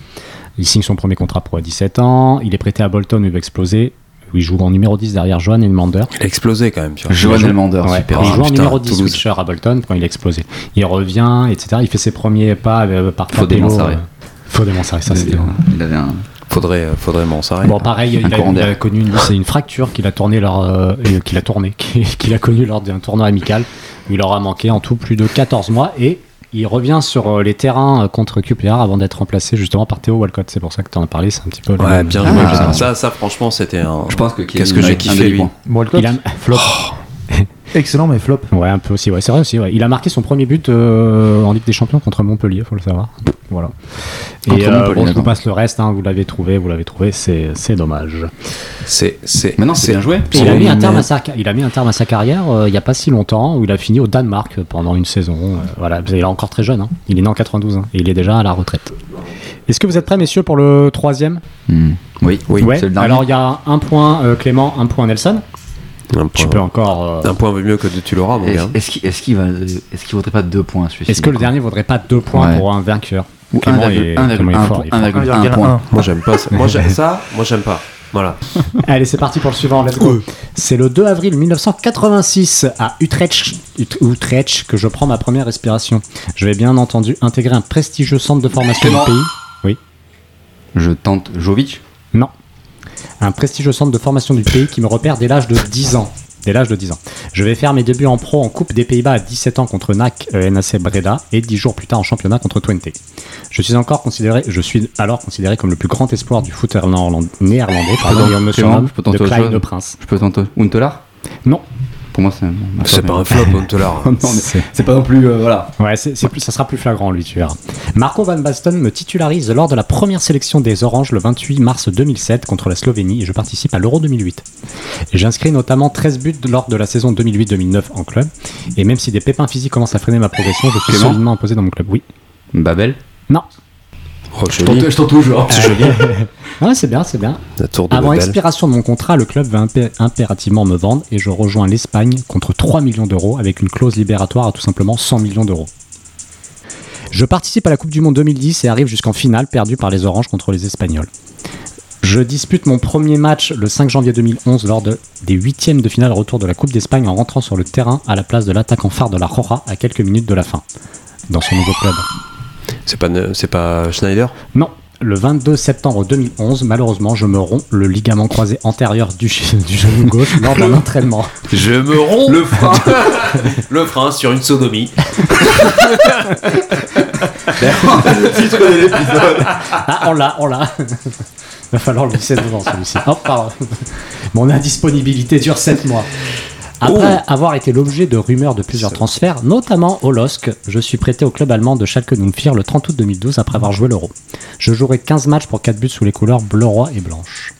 A: Il signe son premier contrat pro à 17 ans. Il est prêté à Bolton où il va exploser. Il joue en numéro 10 derrière Johan Elmander.
C: Il a explosé quand même, tu vois.
B: Johan Elmander,
A: Ouais,
B: super.
A: il joue en
C: Ah, putain,
A: numéro 10
C: Toulouse.
A: Wiltshire à Bolton quand il a explosé. Il revient, etc. Il fait ses premiers pas euh, par
B: Faut des
A: Capello,
B: Mansaré.
A: euh, Faut démentir ça,
B: Il
A: c'était
B: avait- Il avait un.
C: Faudrait, euh, faudrait m'en s'arrêter.
A: Bon, pareil, il a,
B: courant
A: il a
B: d'air.
A: connu une, c'est une fracture qu'il a tourné lors, euh, et qu'il a tourné, qu'il a connu lors d'un tournoi amical. Il aura manqué en tout plus de 14 mois et il revient sur euh, les terrains euh, contre QPR avant d'être remplacé justement par Théo Walcott. C'est pour ça que tu en as parlé, c'est un petit peu. le
C: ouais,
A: même-
C: bien
B: Ah,
C: joué.
B: ah,
C: ça, ça, franchement, c'était un.
B: Je pense que
C: Qu'est-ce que j'ai kiffé, lui.
D: Walcott,
A: Il a-
D: flop. Excellent, mais flop.
A: Ouais, un peu aussi, ouais, c'est vrai aussi. ouais. Il a marqué son premier but euh, en Ligue des Champions contre Montpellier, faut le savoir. Voilà.
B: Contre
A: Et euh, bon,
B: Montpellier,
A: je vous
B: d'accord.
A: passe le reste, hein, vous l'avez trouvé, vous l'avez trouvé, c'est c'est dommage.
C: C'est, c'est.
B: Maintenant, c'est bien joué.
A: Et il, a
C: C'est
A: mis un
C: une-
A: terme à sa, il a mis un terme à sa carrière euh, il n'y a pas si longtemps où il a fini au Danemark pendant une saison. euh, voilà, il est encore très jeune. hein. Il est né en 92 hein, et il est déjà à la retraite. Est-ce que vous êtes prêts, messieurs, pour le troisième
B: Hmm. Oui, oui.
A: Ouais.
B: C'est le dernier.
A: Alors il y a un point euh, Clément, un point Nelson.
C: Un
A: Tu
C: point,
A: peux encore. euh,
C: un point vaut mieux que de- tu l'auras, mon gars.
B: Est-ce est-ce qu'il est-ce qu'il va- est-ce qu'il vaudrait pas deux points celui-ci
A: Est-ce que le dernier vaudrait pas deux points
B: Ouais.
A: pour un vainqueur
B: Ou
A: Clément est- Clément est fort, Ah, il est fort.
D: Ah,
B: 1,1 point.
C: Moi, j'aime pas ça. Moi, j'aime ça. Moi, j'aime pas. Voilà.
A: Allez, c'est parti pour le suivant. let's go. C'est le 2 avril 1986 à Utrecht, Ut- Utrecht que je prends ma première respiration. Je vais bien entendu intégrer un prestigieux centre de formation du
B: Clément.
A: pays. Oui.
B: Je tente Jovic.
A: Non. Un prestigieux centre de formation du pays qui me repère dès l'âge de 10 ans. Dès l'âge de 10 ans. Je vais faire mes débuts en pro en Coupe des Pays-Bas à 17 ans contre NAC euh, NAC Breda et 10 jours plus tard en championnat contre Twente. Je suis encore considéré, je suis alors considéré comme le plus grand espoir du foot néerland- néerlandais. Pardon,
B: Clément,
A: et on me
B: Clément,
A: surnomme
B: je peux tenter
A: de
B: autre
A: Kleine
B: chose
A: Prince.
B: Je peux tenter Untelar
A: Non.
B: Pour moi, c'est.
C: C'est pas un flop, on te l'a.
B: Non, mais
A: C'est-
B: c'est pas non plus. euh, voilà.
A: Ouais, c'est, c'est plus, ça sera plus flagrant, lui, tu verras. Marco Van Basten me titularise lors de la première sélection des Oranges le 28 mars 2007 contre la Slovénie et je participe à l'Euro 2008. Et J'inscris notamment 13 buts lors de la saison 2008-2009 en club. Et même si des pépins physiques commencent à freiner ma progression, je suis
B: Clément
A: solidement imposé dans mon club. Oui.
B: Babel
A: Non.
C: Oh, joli.
B: je tente toujours.
A: Ah ouais, c'est bien, c'est bien.
C: La tour de
A: Avant
C: Babel.
A: expiration de mon contrat, le club va impé- impérativement me vendre et je rejoins l'Espagne contre 3 millions d'euros avec une clause libératoire à tout simplement 100 millions d'euros. Je participe à la Coupe du Monde 2010 et arrive jusqu'en finale perdue par les Oranges contre les Espagnols. Je dispute mon premier match le 5 janvier 2011 lors de- des huitièmes de finale retour de la Coupe d'Espagne en rentrant sur le terrain à la place de l'attaquant phare de la Roja à quelques minutes de la fin. Dans son nouveau club.
C: C'est pas, ne- c'est pas Schneider.
A: Non, le 22 septembre 2011, malheureusement, je me romps le ligament croisé antérieur du, du genou gauche lors d'un entraînement.
C: Je me romps le frein. le frein sur une sodomie.
A: Ah, on l'a, on l'a. Va falloir le glisser devant celui-ci. Hop, pardon. Mon indisponibilité dure 7 mois. Après
C: Oh.
A: avoir été l'objet de rumeurs de plusieurs transferts, notamment au LOSC, je suis prêté au club allemand de Schalke 04 le 30 août 2012 après avoir joué l'Euro. Je jouerai 15 matchs pour 4 buts sous les couleurs bleu-roi et blanche.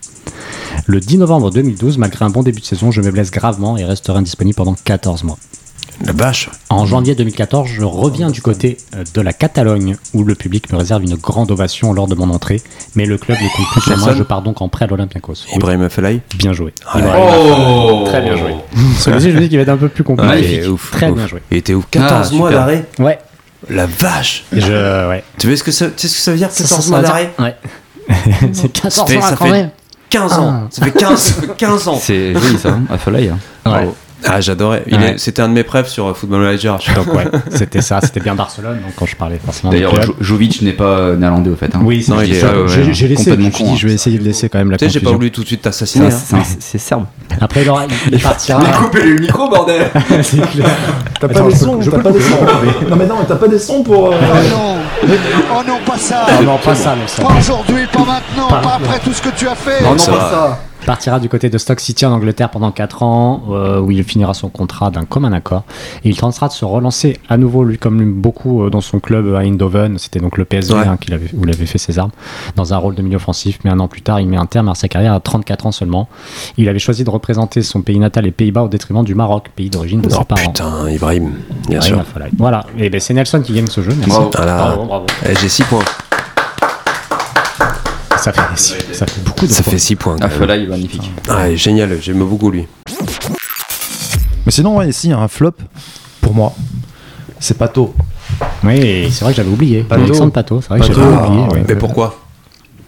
A: Le 10 novembre 2012, malgré un bon début de saison, je me blesse gravement et resterai indisponible pendant 14 mois.
C: La bâche.
A: En janvier 2014, je reviens du côté euh, de la Catalogne où le public me réserve une grande ovation lors de mon entrée, mais le club ne compte plus sur moi,
C: Nelson
A: je pars donc en prêt à l'Olympiakos. Oui,
C: Ibrahim Felay.
A: bien joué.
B: Oh
A: Très bien joué. Celui-ci, je me dis qu'il va être un peu plus compliqué. Très bien joué.
C: Il était où 14
B: Ah,
C: mois
B: super.
C: d'arrêt.
A: Ouais.
C: La vache.
A: Je, ouais.
C: Tu sais ce que ça, tu sais ce que ça veut dire 14
A: Ça, ça, ça
C: mois
A: veut dire-
C: d'arrêt
A: Ouais. C'est 14
C: fait-
A: ans hein,
C: ça
A: quand
C: fait-
A: même.
C: 15 ans. Ça fait 15, ça fait 15 ans.
B: C'est joli ça, hein, à Foley. hein.
A: Ouais.
C: Ah, j'adorais. Il
A: Ouais.
C: est- C'était un de mes prefs sur euh, Football Manager. Je-
A: Donc ouais, c'était ça, c'était bien Barcelone donc quand je parlais forcément du
B: D'ailleurs,
A: club.
B: Jo- Jovic n'est pas euh, néerlandais au fait. hein.
A: Oui, c'est
B: Non,
A: ça.
B: il est,
A: J'ai-
B: ouais, ouais,
A: j'ai- j'ai laissé, je
B: complètement
A: me suis
B: con,
A: dit,
B: hein.
A: je vais essayer de laisser quand même la
C: Tu sais, j'ai pas
A: confusion.
C: voulu tout de suite
B: C'est un-
C: t'assassiner. hein.
B: c'est un- C'est serbe.
A: Après il, aura, il, il partira.
B: coupé le micro, bordel
A: C'est clair.
D: T'as
A: Attends,
D: pas des
A: je peux-
D: sons,
A: je
D: t'as
A: peux
D: pas
A: le
D: des sons.
A: couper, Ah. je peux le
D: Non mais non, mais t'as pas des sons pour. euh,
F: Oh non Oh non, pas ça
A: Ah non, pas ça, Nelson.
F: Pas aujourd'hui, pas maintenant,
A: Pas
F: pas
A: maintenant.
F: après tout ce que tu as fait
C: non, Ça pas va.
D: ça.
A: partira du côté de Stock City en Angleterre pendant 4 ans, euh, où il finira son contrat d'un commun accord. Et il tentera de se relancer à nouveau, lui, comme lui, beaucoup euh, dans son club à Eindhoven. C'était donc le PSV
C: Ouais.
A: hein, qu'il avait, où il avait fait ses armes, dans un rôle de milieu offensif. Mais un an plus tard, il met un terme à sa carrière à 34 ans seulement. Il avait choisi de représenter son pays natal, les Pays-Bas, au détriment du Maroc, pays d'origine de
C: Oh
A: ses parents.
C: putain, Ibrahim, bien
A: Ouais,
C: sûr.
A: bah, voilà. Voilà, et ben, c'est Nelson qui gagne ce jeu. Merci.
B: Bravo.
C: Ah là.
A: bravo, bravo.
C: Eh, J'ai 6 points.
A: Ça fait, ça fait beaucoup de
C: Ça
A: points.
C: fait 6 points. quand
B: À
C: même.
B: Foley, magnifique.
C: Ah, il est génial, j'aime beaucoup lui.
D: Mais sinon, ouais, si, un flop, pour moi, c'est pas tôt.
A: Oui, c'est vrai que j'avais oublié.
D: Pato.
A: Alexandre Pato, c'est vrai que
D: Pato.
A: j'avais oublié.
D: Ah,
A: ouais.
C: Mais pourquoi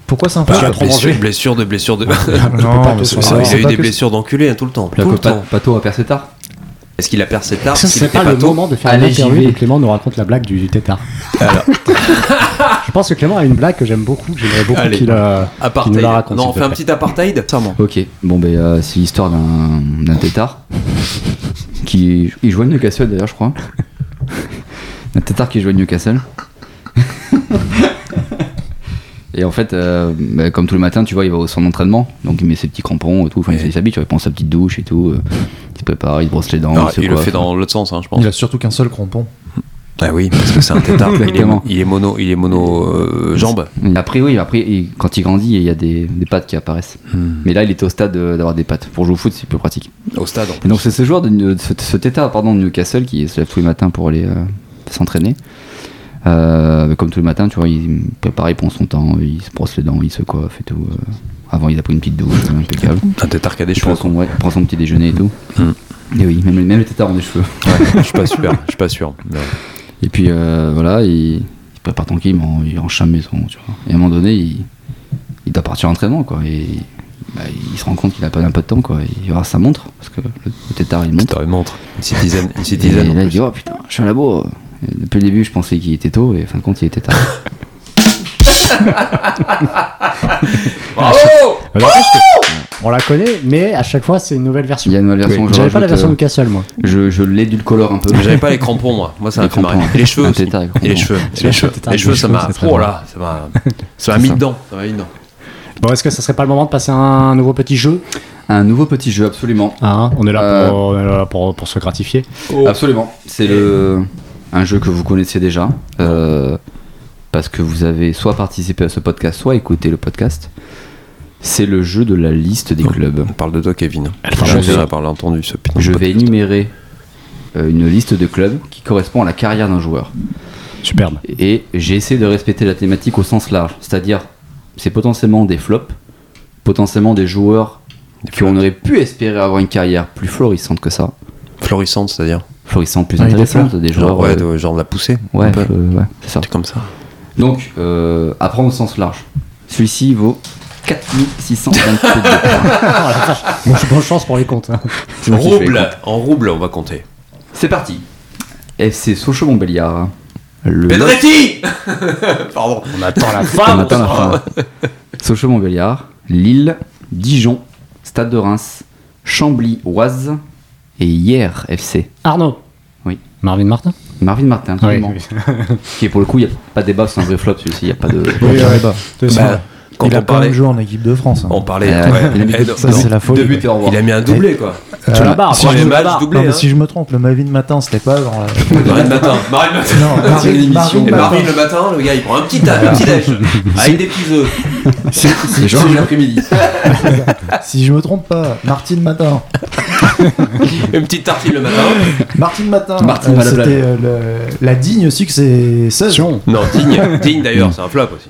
D: Pourquoi c'est un
A: Tu
D: flop
A: as trop mangé.
C: Ah, blessure, blessure de blessure de.
D: Non, mais
A: Pato,
D: c'est-
A: c'est
D: Ah, c'est
A: vrai.
C: il a eu
D: pas
C: des
D: que-
C: blessures d'enculé hein, tout le temps.
B: La
C: Tout le
B: copa-
C: temps.
B: Pato à Persetar
C: Est-ce qu'il a perdu ses tartes
A: C'est pas, le moment de faire
B: Ah. Allez, j'y
A: l'interview
B: vais.
A: où Clément nous raconte la blague du, du tétard. je pense que Clément a une blague que j'aime beaucoup, que j'aimerais beaucoup
C: Allez.
A: qu'il euh, qu'il nous
C: Apartheid.
A: la raconte.
C: Non, on
A: s'il te
C: fait un
A: plaît.
C: petit apartheid Sûrement.
B: Ok, bon ben euh, c'est l'histoire d'un d'un tétard qui il jouait à Newcastle d'ailleurs je crois. Un tétard qui jouait à Newcastle. Et en fait, euh, bah, comme tous les matins, tu vois, il va au centre d'entraînement, donc il met ses petits crampons et tout, enfin,
C: Ouais.
B: il s'habille, tu vois, il prend sa petite douche et tout, euh, il se prépare, il se brosse les dents,
C: Non,
B: se
C: il le
B: coiffe.
C: fait dans l'autre sens, hein, je pense.
D: Il a surtout qu'un seul crampon.
C: Ah oui, parce que c'est un tétard. il, est,
B: Exactement.
C: il est mono, il est mono euh, jambe.
B: Et Après, oui, après, il- quand il grandit, il y a des, des pattes qui apparaissent.
C: Hmm.
B: Mais là, il était au stade euh, d'avoir des pattes. Pour jouer au foot, c'est plus pratique.
C: Au stade.
B: Et donc c'est ce joueur de, de- ce, ce tétard pardon de Newcastle qui se lève tous les matins pour aller euh, s'entraîner. Euh, comme tous les matins, tu vois, il prépare, il prend son temps, il se brosse les dents, il se coiffe et tout. euh. avant, il a pris une petite douche, euh, impeccable.
C: Un tétard qui a des
B: Il
C: cheveux.
B: prend son, ouais, il prend son petit déjeuner et tout. Et oui, même, même les tétards ont des cheveux.
C: je suis pas super, je suis pas sûr. Mais-
B: Et puis euh, voilà, il, il prépare tranquillement, il enchaîne maison, tu vois. Et à un moment donné, il, il doit partir à l'entraînement, quoi. Et bah, il se rend compte qu'il a pas un peu de temps, quoi. Il va voir sa montre, parce que le, le tétard, il monte.
C: Putain, il montre. Une citizen. Une
B: Et
C: citizen. en
B: là, il
C: plus.
B: dit, oh putain, je suis un labo. Et depuis le début, je pensais qu'il était tôt, et en fin de compte, il était tard.
C: Bravo
A: Alors, parce Euh, que-
C: Oh
A: on la connaît, mais à chaque fois, c'est une nouvelle version.
B: Il y a une nouvelle version,
A: Oui,
B: je
A: J'avais pas la
B: rajoute,
A: version
B: euh,
A: Newcastle, moi.
B: Je, je l'édulcore un peu.
C: J'avais pas les crampons, moi. Moi, ça
B: Les
C: m'a fait marrer.
B: crampons.
C: Et les cheveux
B: Un
C: aussi.
B: tétard avec
C: Et les
B: crampons.
C: cheveux.
A: C'est
C: Les
A: vrai,
C: cheveux.
A: tétard
C: Les
A: avec
C: cheveux,
A: des
C: ça
A: cheveux,
C: m'a.
A: c'est très
C: Oh
A: drôle.
C: là, ça m'a. Ça m'a mis dedans. Ça m'a mis dedans.
A: Bon, est-ce que ça serait pas le moment de passer à un nouveau petit jeu
B: Un nouveau petit jeu, absolument.
A: Hein, on, est là
B: Euh.
A: pour, on est là pour- pour se gratifier.
C: Oh.
B: Absolument. C'est le un jeu que vous connaissez déjà. euh, parce que vous avez soit participé à ce podcast, soit écouté le podcast. C'est le jeu de la liste des clubs.
C: On parle de toi, Kevin.
A: parle
C: Je
A: de
C: sais
A: toi.
C: par entendu ce putain.
B: Je
C: Oh. de
B: vais
C: podcast.
B: énumérer euh, une liste de clubs qui correspond à la carrière d'un joueur.
A: Superbe.
B: Et j'ai essayé de respecter la thématique au sens large, c'est-à-dire c'est potentiellement des flops, potentiellement des joueurs qui on aurait pu espérer avoir une carrière plus florissante que ça,
C: Florissante, c'est-à-dire.
B: florissante, plus
A: Ah, il est
B: intéressante, des
C: Genre,
B: joueurs.
C: ouais,
B: euh,
C: de- genre de la poussée.
B: ouais,
C: un peu.
B: euh, ouais, c'est ça.
C: C'est comme ça.
B: Donc, euh, à prendre au sens large. Celui-ci vaut 4622 points.
A: Bon, bonne chance pour les comptes. hein.
B: C'est moi qui fais les comptes.
C: Rouble. En rouble, on va compter.
B: C'est parti. FC Sochaux-Montbéliard. Le
C: Pedretti Pardon.
A: On attend la
B: On
A: fin.
B: attend la fin.
C: Ah
B: Sochaux-Montbéliard, Lille, Dijon, Stade de Reims, Chambly, Oise et hier FC.
A: Arnaud.
B: Oui.
A: Marvin Martin.
B: Marvin Martin, absolument.
A: Oui.
B: Qui pour le coup, il n'y a pas de débat, c'est un vrai flop celui-ci, il n'y a pas de.
D: Oui, ouais, bah,
A: De toute
C: Bah,
A: façon,
C: quand
D: il a
C: on
D: pas
C: parlait.
D: même joué en équipe de France. hein.
C: On parlait.
B: Euh,
C: ouais.
B: il a mis
C: Eh,
B: deux-
C: non,
D: Ça, c'est la folie.
B: Deux buts et au revoir.
C: Il a mis un doublé, quoi.
A: sur la barre.
D: si
A: quoi,
C: je
A: sur
C: me-
A: la
C: match
A: barre.
C: doublé.
D: Non,
C: hein.
D: mais si je me trompe, le Marvin Matin, c'était pas euh, avant la.
C: Marie le matin. Marie le matin.
D: Non, Marvin-
B: une émission.
D: Marvin
C: Et
D: Matin.
C: Marvin le matin, le gars, il prend un petit, ta- un petit déj avec des petits œufs.
B: C'est genre l'après-midi.
D: Si je me trompe pas, Martine Matin.
C: Une petite tartine le matin.
D: Martine Matin,
B: Martine
D: euh,
B: Malabla.
D: c'était euh, le- la digne succès.
A: Attention.
C: Non, digne. Digne d'ailleurs, c'est un flop aussi.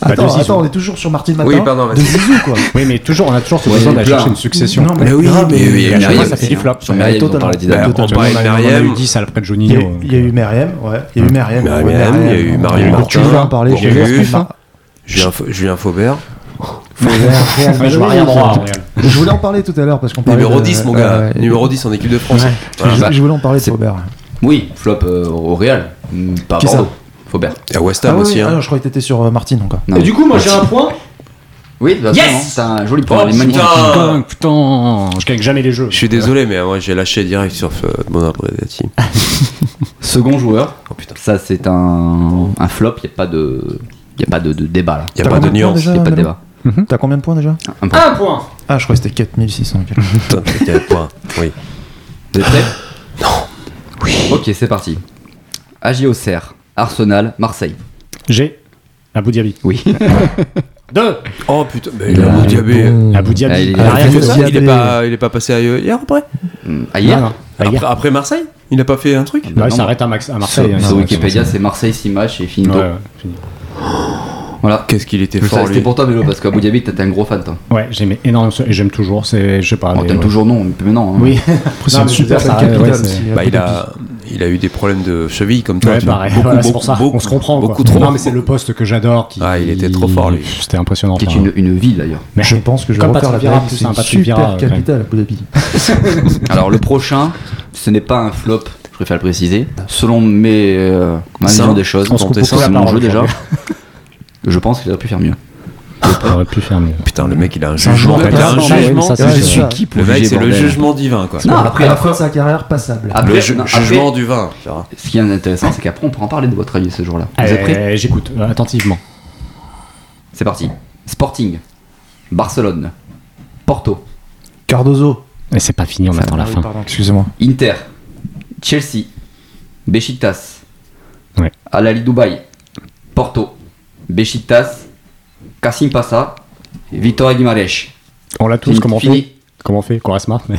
A: Bah, de
D: Attends,
A: Zizou.
D: attends, on est toujours sur Martine Matin.
C: Oui, pardon, vas-y.
D: de Zizou, quoi.
A: Oui, mais toujours, on a toujours ce
B: Ouais,
A: besoin
B: il est
A: d'aller
B: plein.
A: chercher une succession.
D: Non, mais grave,
C: Ah oui,
A: Et à chaque
B: Meriem
A: fois, ça fait
B: aussi,
A: du flop.
B: Sur Meriem, on
D: Totalement.
B: parlait des
C: Bah,
B: anecdotes.
C: on parlait de
A: On a eu
C: Meriem.
A: 10 après euh,
D: Il y,
A: Juninho.
D: a eu, il y a eu Meriem, ouais. Il y a eu Meriem.
C: Bah, Meriem,
D: ouais,
C: il y a eu Mario
D: on peut
C: Martin,
D: toujours en parler.
C: Bourdieu,
D: je pense qu'on
C: Fa- Julien, Fa- Julien Faubert.
D: a- Faut-
A: Ouais, je vois rien droit. regarde.
D: Je voulais en parler tout à l'heure parce qu'on parlait.
C: Numéro
D: de-
C: 10, mon
D: euh,
C: gars.
D: ouais.
C: Numéro 10 en équipe de France.
D: Je-
B: Voilà.
D: Je voulais en parler de
B: C'est-
D: Faubert.
B: Oui, flop euh, au Real. Mm, Pas à
D: Qui ça
B: Bordeaux. Faubert.
C: Et à West
D: Ah
C: Ham
D: oui,
C: aussi.
D: ah
C: hein.
D: non, je croyais que t'étais sur euh, Martine encore.
B: Non.
A: Et du coup, moi j'ai un point.
B: Oui, bah,
C: Yes
B: absolument, t'as un joli point.
C: Oh
B: elle est magnifique.
C: putain
A: Putain, putain, je gagne jamais les jeux.
C: Je suis désolé, mais moi j'ai lâché direct sur euh, Bonaparte Predati.
B: Second joueur.
C: Oh putain.
B: Ça, c'est un, un flop. Il n'y a pas de, y a pas de, de débat là.
C: Y a
D: T'as
C: pas de
D: combien points
C: nuance,
D: déjà,
B: Il n'y a pas de
D: Manon
B: débat.
D: T'as combien de points déjà
B: Un point.
A: Un point.
D: Ah, je crois que c'était 4600. quelque chose.
C: Putain, t'as quel point. Oui.
B: Vous êtes prêts Non. Ok, c'est parti. AG Auxerre, Arsenal, Marseille.
A: J'ai Abu Dhabi.
B: Oui.
A: Deux.
C: Oh putain, mais
D: Il
C: il a
D: a
C: mon
D: le
C: diabé.
D: bon-
A: Abu Dhabi.
B: Ah, il est-
A: Il a rien
D: il est-
A: fait ça.
D: Diabé.
C: Il est pas, il est pas passé à hier après
B: Ah, hier
A: Non, non. Bah,
C: après,
A: hier.
C: après Marseille Il a pas fait un truc
A: Ah, Ouais,
B: Non,
A: il
B: non.
A: s'arrête à, Max- à Marseille. hein,
B: Sur,
A: ils
B: sur
A: sont-
B: Wikipédia, c'est Marseille 6 matchs et
A: Ouais,
B: finito.
A: ouais, fini.
B: Voilà.
C: Qu'est-ce qu'il était
B: Je savais,
C: fort
B: C'était
C: lui.
B: pour toi, Vélo, parce qu'Abu Dhabi, t'étais un gros fan, toi.
A: Ouais, j'aimais énormément ça, et j'aime toujours. C'est, je sais pas.
B: Alors,
A: mais
B: Oh, t'aimes
A: ouais.
B: toujours non, mais non. hein.
A: Oui.
D: C'est
A: Non,
D: une
A: mais je
D: super
A: veux dire, ça-
D: capitale
A: ouais, c'est-
D: aussi.
C: Bah,
D: Abu
C: il
D: Dhabi.
C: a, il a eu des problèmes de cheville comme toi.
A: Ouais,
C: tu vois.
A: pareil.
C: Beaucoup,
A: Voilà, c'est
C: beaucoup,
A: pour ça.
C: beaucoup,
A: on se comprend. quoi.
C: Beaucoup trop.
A: Non, mais c'est le poste que j'adore. Qui...
C: Ah, il était trop fort, lui.
A: Pff, C'était impressionnant.
B: Qui est
A: enfin.
B: une, une ville d'ailleurs.
A: Mais
D: Je pense que je vais
A: Comme
D: refaire la
A: Patrick Vieira,
D: blague.
A: plus
D: C'est
A: un
D: une
A: Patrick Vieira,
D: super
A: quand même.
D: capitale, Abu Dhabi.
B: Alors le prochain, ce n'est pas un flop, je préfère le préciser. Selon mes, euh, ma
C: Ça,
B: vision des choses,
A: on se coupe
B: c'est
A: beaucoup la
B: mon jeu
A: parole
B: déjà. je pense qu'il aurait pu faire mieux.
A: On aurait pu faire mieux.
C: Putain, le mec, il a un
A: jugement,
C: jugement. Il a un
A: ouais, mais
C: jugement.
A: ça, c'est
D: Ouais,
A: sûr.
D: je suis
B: qui
C: Le mec, c'est le jugement divin, quoi.
B: Non,
D: Bon,
B: après,
D: à la
B: après-
D: fin de sa carrière passable.
B: Après,
C: Le ju-
B: non, après,
C: jugement du vin. tu vois.
B: ce qui est intéressant, c'est qu'après, on pourra en parler de votre avis ce jour-là. Vous êtes prêts
A: Euh, J'écoute euh, attentivement.
B: C'est parti. Sporting, Barcelone, Porto,
D: Cardozo.
A: Mais c'est pas fini, on attend la
D: Ah oui,
A: fin.
D: pardon, Excusez-moi.
B: Inter, Chelsea, Besiktas,
A: Ouais.
B: Al Ahly Dubaï, Porto, Besiktas, Kassim Passa, Victoria Guimaraes.
A: On l'a tous,
B: Fini-
A: comment on
B: fini.
A: fait Comment on fait Quaresma mais-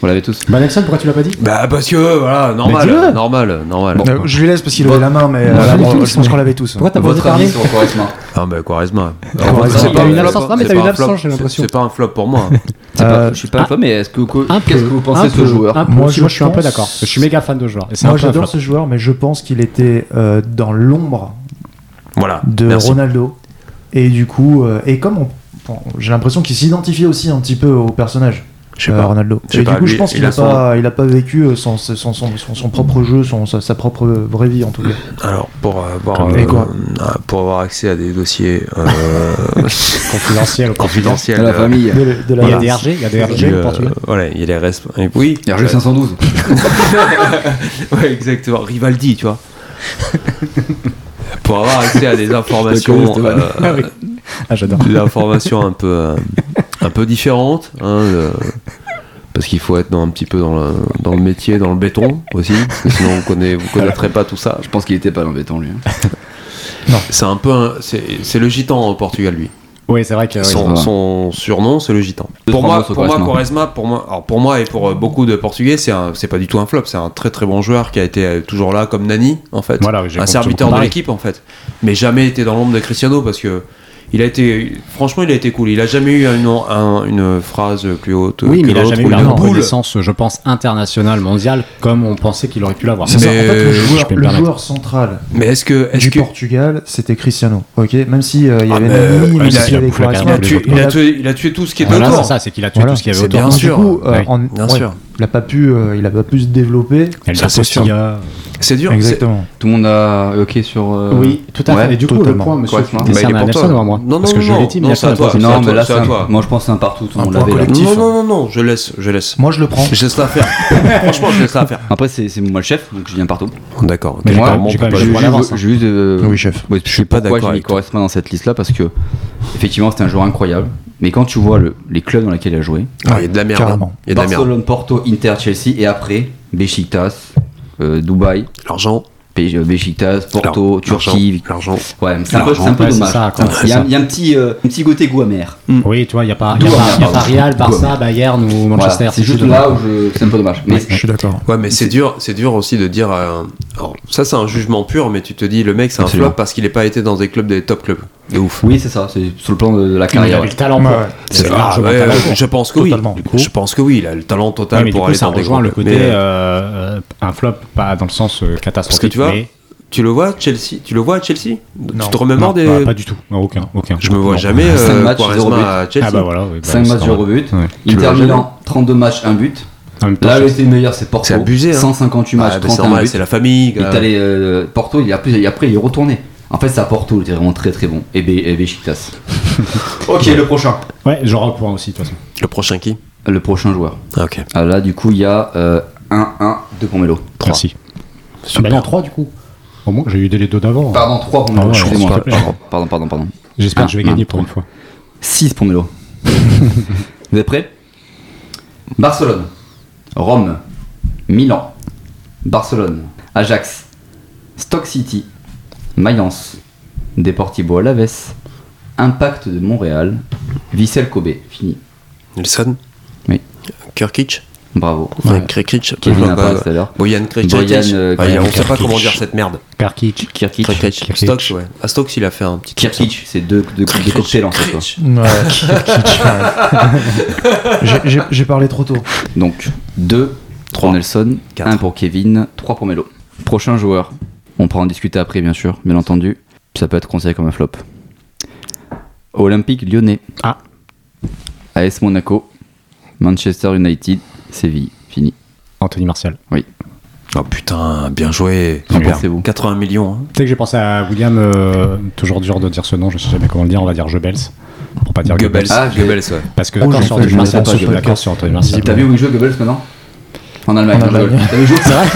B: Vous l'avez tous.
A: Bah Nelson, pourquoi tu l'as pas dit
C: Bah, parce que, voilà,
D: dis-le.
C: normal. Normal, normal.
B: Bon.
D: Euh, je lui laisse parce qu'il avait la main, mais euh,
A: Voilà,
D: bon,
A: les
D: je
A: tous,
D: pense
A: mais-
D: qu'on l'avait tous. hein.
A: Pourquoi t'as pas
B: Votre
A: parlé
B: avis sur Quaresma
C: Ah, bah, Quaresma.
D: Quaresma,
C: C'est
D: il y
C: pas
D: a
C: un
D: une
C: flop,
A: absence. Non, mais
C: c'est
A: t'as
C: pas
A: une
C: un
A: absence,
C: flop.
A: j'ai l'impression.
C: C'est pas un flop pour moi.
B: C'est
D: Euh,
B: pas- Je suis pas un flop, mais est-ce que que-
A: Un
B: qu'est-ce
A: peu,
B: que vous pensez
A: un
B: de ce
A: peu,
B: joueur
A: un peu.
D: Moi,
A: Moi,
D: je
A: je, suis un peu
D: pense-
A: d'accord. Je suis méga fan de ce joueur. Et c'est un
D: Moi
A: peu un
D: j'adore
A: flop.
D: ce joueur, mais je pense qu'il était euh, dans l'ombre
C: Voilà.
D: de
C: Merci.
D: Ronaldo. Et du coup, euh, et comme on- bon, j'ai l'impression qu'il s'identifiait aussi un petit peu au personnage.
C: Je sais
D: euh,
C: pas.
D: Ronaldo.
C: Je sais
D: Et
C: pas,
D: du coup,
C: lui,
D: je pense
C: il
D: qu'il
C: a
D: n'a pas, il a pas vécu euh, son, son, son, son- son propre jeu, son, sa, sa propre vraie vie en tout cas.
C: Alors, pour avoir,
D: Comme- Et quoi
C: euh, pour avoir accès à des dossiers euh,
A: Confidentiel.
B: À
C: confidentiels,
B: la
C: euh,
B: famille.
D: De- de la-
A: Il y a des RG, il y a des RG
C: euh,
A: au Portugal.
C: voilà, il y a les restes. Oui,
B: RG 512.
C: ouais, exactement. Rivaldi, tu vois. pour avoir accès à des
B: Je
C: informations,
B: te connais, Stéphane.
C: euh,
A: Ah, j'adore.
C: des informations un peu, euh, un peu différentes, hein, le- parce qu'il faut être dans, un petit peu dans le, dans le métier, dans le béton aussi, parce que sinon vous connaît, vous connaîtrez pas tout ça.
B: Je pense qu'il était pas l'embêtant lui. hein.
C: C'est un peu, un- c'est c'est le gitan au Portugal lui.
A: Oui, c'est vrai que. oui.
C: son,
B: va.
C: son surnom, c'est le gitan.
B: Deux,
C: Pour
B: trois
C: moi,
B: mots sur
C: pour moi,
B: Quaresma.
C: Quaresma, pour moi, alors pour moi et pour euh, beaucoup de Portugais, c'est un- c'est pas du tout un flop. C'est un très très bon joueur qui a été euh, toujours là comme Nani, en fait.
A: Voilà, oui, j'ai
C: un
A: compris,
C: serviteur de
A: pareil.
C: l'équipe, en fait. Mais jamais été dans l'ombre de Cristiano parce que il a été, franchement, il a été cool. Il a jamais eu une, un- une phrase plus haute.
A: Oui,
C: que
A: mais il a
C: l'autre,
A: jamais
C: ou
A: eu la
C: une boule.
A: reconnaissance, je pense, internationale, mondiale, comme on pensait qu'il aurait pu l'avoir.
D: C'est ça, en
C: Mais,
D: fait,
C: euh,
D: le
A: je
D: joueur,
A: peux me
D: le
A: permettre.
D: joueur central
C: Mais est-ce que, est-ce
D: du
C: que
D: Portugal, c'était Cristiano. Ok, même si euh, il y
C: Ah,
D: avait
C: mais,
D: Nani,
C: euh,
D: même
C: il
D: s'il
C: a-
D: y avait
A: il a
D: Quaresma,
C: il a, tué, il, a
D: a-
C: tué, il a tué tout ce qui est
A: Voilà,
C: autour.
A: c'est ça, c'est qu'il a tué
D: Voilà.
A: tout ce qu'il y avait
C: C'est
A: autour.
C: bien
D: Du
C: sûr.
D: coup, euh,
A: Ouais.
D: en-
C: Bien
D: ouais,
C: sûr.
D: il a pas pu, euh, il a pas pu se développer.
A: Elle
C: Ça, c'est sûr.
A: Sofia.
C: C'est dur.
D: Exactement.
B: Tout le monde a ok sur. euh,
A: Oui, tout à
B: ouais,
A: fait. Et du coup, le
D: totalement.
A: point, monsieur,
B: Correctement.
A: décerne
C: Bah, il est
A: à
C: pour
A: Nelson
C: toi.
A: ou à moi
C: Non, non,
A: Parce que je
C: non,
A: l'ai dit, mais
C: non,
A: il y a
C: c'est
A: pas
C: à
A: de
C: toi.
A: point.
B: Non, mais là,
C: c'est
B: c'est
C: à
B: un-
C: toi.
B: Moi, je pense que c'est un partout. Tout le monde
D: point
B: l'avait là.
D: collectif.
C: Non, non, non, non, je laisse, je laisse.
D: Moi, je le prends.
C: Je laisse la faire. Franchement, je laisse la faire.
B: Après, c'est c'est moi le chef, donc je dis un partout.
C: D'accord.
A: Mais
C: ok.
A: j'ai
B: Moi,
A: quand même- j'ai quand même
B: J'ai
A: le
B: juste-
A: droit d'avance. hein.
B: j'ai juste. euh,
D: Oui, chef.
B: ouais, je suis
C: pas
B: pas d'accord.
C: d'accord
B: J'ai mis
C: avec toi.
B: Quaresma dans cette liste-là parce que, effectivement, c'était un joueur incroyable. Mais quand tu vois le- les clubs dans lesquels il a joué,
C: Ah, Il y a de la merde.
D: Carrément.
C: Il y a de la merde.
B: Barcelone, Porto, Inter, Chelsea, et après, Besiktas, euh, Dubaï,
C: L'argent.
B: Pe- euh, Besiktas, Porto,
C: l'ar-
B: Turquie.
C: L'argent.
B: Ouais, mais c'est un peu,
A: L'argent,
B: c'est un peu
A: ouais, c'est
B: dommage.
A: ça, quoi,
B: il, y
A: c'est
B: a,
A: ça.
B: il y a un petit, euh, un petit côté goût amer.
A: Oui, tu vois, il n'y a pas, il y a
B: Double,
A: pas, il y a
B: pardon.
A: pas Real, Barça,
B: Double.
A: Bayern ou Manchester.
B: Voilà, c'est
A: City
B: juste
A: dedans.
B: là où je... c'est un peu dommage. Mais
D: Je suis d'accord.
C: Ouais, mais c'est dur, c'est dur aussi de dire. euh, alors, ça, c'est un jugement pur, mais tu te dis, le mec, c'est un
B: Absolument.
C: flop parce qu'il n'est pas été dans des clubs des top clubs. De ouf.
B: oui, c'est ça, c'est sur le plan de, de la
A: Il avait
B: carrière.
A: le talent. pour.
D: Ouais, ouais.
A: C'est
C: Ah,
A: largement
C: ouais,
A: talent
C: je-
A: pour.
C: je pense que oui.
D: Totalement.
A: Du coup-
C: je pense que oui, il a le talent
A: Ouais,
C: total
A: mais du
C: pour
A: coup,
C: aller
A: ça
C: dans des
A: rejoint
C: grands
A: le
C: clubs.
A: côté
C: Mais,
A: euh, euh, un flop, pas dans le sens euh, catastrophique.
C: tu vois,
A: mais-
C: Tu le vois, Chelsea Tu le vois à Chelsea
D: Non.
C: Tu te remémores
A: Non,
C: des.
A: bah, pas du tout, Non, aucun, aucun.
C: Je me vois
A: Non.
C: jamais
B: Cinq
C: euh,
B: matchs, zéro but.
C: Quaresma à Chelsea.
A: Ah bah voilà, oui, bah,
B: 5
A: c'est
B: matchs, 0
A: normal.
B: but.
A: Ouais.
C: Tu l'as
B: Inter
C: jamais
B: Milan, 32 matchs, 1 but.
A: En même temps,
B: Là,
A: je-
B: le été meilleur, c'est Porto.
C: C'est abusé, hein.
B: 158 matchs,
C: Ah, mais c'est
B: 31
C: normal,
B: buts.
C: c'est la famille.
B: Il est
C: gars.
B: allé, euh, Porto, il a plus, et après il est retourné. En fait, c'est à Porto, il était vraiment très très bon. Et, Be et Beşiktaş. ok, le prochain.
A: Ouais, j'aurai le point aussi, de toute façon.
C: Le prochain qui
B: Le prochain joueur.
C: Ah, ok.
B: Ah, là, du coup, il y a euh, 1-1 de Pomelo.
A: Merci. Ah bah non, 3 du coup. Au moins, j'ai eu des les deux d'avant.
B: Pardon, 3 Pomelo.
A: Ah ouais,
B: Excusez-moi.
A: s'il te plaît.
B: Pardon, pardon, pardon.
A: J'espère que je vais
B: Ah,
A: gagner
B: non,
A: pour une fois.
B: 6 Pomelo. Vous êtes prêts Barcelone, Rome, Milan, Barcelone, Ajax, Stock City, Mayence, Deportivo Alaves, Impact de Montréal, Vissel Kobe. Fini.
C: Nelson
B: Oui.
C: Kirkic
B: Bravo.
C: Enfin, Krikic.
B: Kevin
C: Enfin,
B: a parlé
C: bah,
B: tout à l'heure.
C: Boyan Krikic.
B: Boyan, euh,
C: Ah, il- on sait pas
A: Krikic.
C: comment dire cette merde.
A: Karkic.
B: Kirkic.
C: Krikic.
A: Krikic.
C: Stokes, ouais. Ah, Stokes, il a fait un petit.
B: Kirkic, c'est deux, deux, deux cocktails en fait. hein. quoi.
D: Ouais. J'ai- j'ai- J'ai parlé trop tôt.
B: Donc 2 pour Nelson,
C: Quatre.
B: 1 pour Kevin, 3 pour Melo. Prochain joueur, on pourra en discuter après bien sûr, bien entendu. Ça peut être considéré comme un flop. Olympique lyonnais.
A: Ah.
B: AS Monaco, Manchester United, Séville, fini.
A: Oh, Anthony Martial.
C: Oh putain, bien joué.
A: Super.
B: Pensez-vous.
C: 80 millions. hein.
A: Tu sais que j'ai pensé à William, euh, toujours dur de dire ce nom, je sais jamais comment le dire, on va dire Goebbels, pour pas dire Goebbels.
C: Goebbels. Ah, Goebbels, ouais.
A: Parce que
D: Oh,
A: d'accord
D: j'ai
A: sur
D: pas-
A: Anthony
D: je
A: Martial,
B: sais pas,
A: je
B: j'ai
A: suis
B: pas-
A: d'accord sur Anthony Martial.
B: T'as vu où il joue Goebbels maintenant En Allemagne.
D: En
B: je rigole.
D: Allemagne.
B: T'as vu où il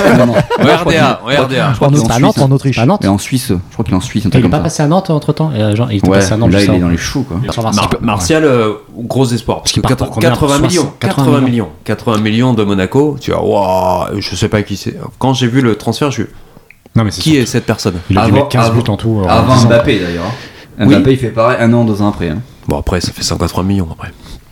B: joue Non, non.
C: Ouais,
B: Je crois qu'il-
C: RDA, ouais, RDA.
B: Je crois
D: En
B: qu'il est
D: Autriche,
B: en
A: à
B: Suisse.
A: Nantes, en Autriche. À Nantes
B: Et en Suisse, je crois qu'il est en Suisse, un
A: Et Il
B: truc
A: est
B: comme
A: pas
B: ça.
A: passé à Nantes entre temps Il était
B: Ouais,
A: passé à Nantes,
B: là
A: je
B: il
A: sais.
B: est dans les choux quoi.
A: Sur Marseille.
C: Mar- Martial, euh, gros espoir. Parce que
A: part pour
C: 80,
A: combien
C: 80 millions.
A: 60,
C: 80 millions. 80 millions de Monaco. Tu vois, waouh, je sais pas qui c'est. Quand j'ai vu le transfert, je
A: Non, mais c'est
C: qui
A: sûr.
C: est cette personne
A: Il a dû
B: Avant-
A: mettre 15
B: avant-
A: buts en tout. euh, en
B: Avant
A: 10 ans.
B: Mbappé d'ailleurs. hein.
C: Oui.
B: Mbappé il fait pareil un an, deux ans après. hein.
C: Bon, après, ça fait 180 millions après.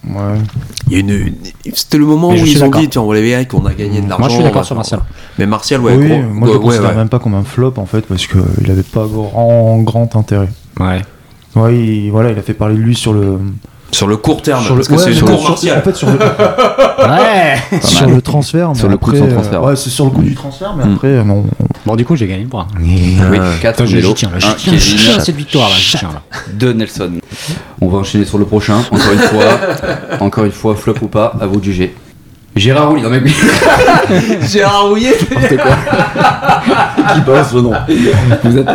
D: Ouais.
C: Il y a une, une- c'était le moment
A: Mais
C: où
A: je suis
C: ils ont
A: d'accord.
C: dit tiens on va les mecs on a gagné de l'argent.
A: Moi, je suis
C: on
A: d'accord
C: va-
A: sur Martial.
C: Mais Martial ouais.
D: Oui,
C: gros-
D: moi je
C: ouais,
D: le considère
C: ouais.
D: même pas comme un flop en fait parce qu'il avait pas grand, grand intérêt.
A: Ouais.
D: Ouais, il, voilà, il a fait parler de lui sur le.
C: Sur le court terme
D: sur le,
C: Ah, bah, parce que
D: ouais,
C: c'est
D: sur
C: une
D: le-
C: cour
D: sur-
C: Martial.
D: en fait, sur le,
A: Ouais
D: sur le transfert. mais
B: Sur le coup de
D: après,
B: son transfert.
D: euh, Ouais, c'est sur le coup du transfert, mais
B: Mm.
D: après, euh, non.
A: Bon, du coup, j'ai gagné le bras.
B: Oui,
C: Euh,
B: 4
A: Attends, je, je tiens, là, je tiens, je tiens à cette victoire, là, je tiens, là.
B: 2 Nelson. On va enchaîner sur le prochain, encore une fois. encore une fois, flop ou pas, à vous de juger. Gérard Rouillet, non mais oui,
C: Gérard Rouillet
B: n'importe quoi. Qui balance le nom. Vous êtes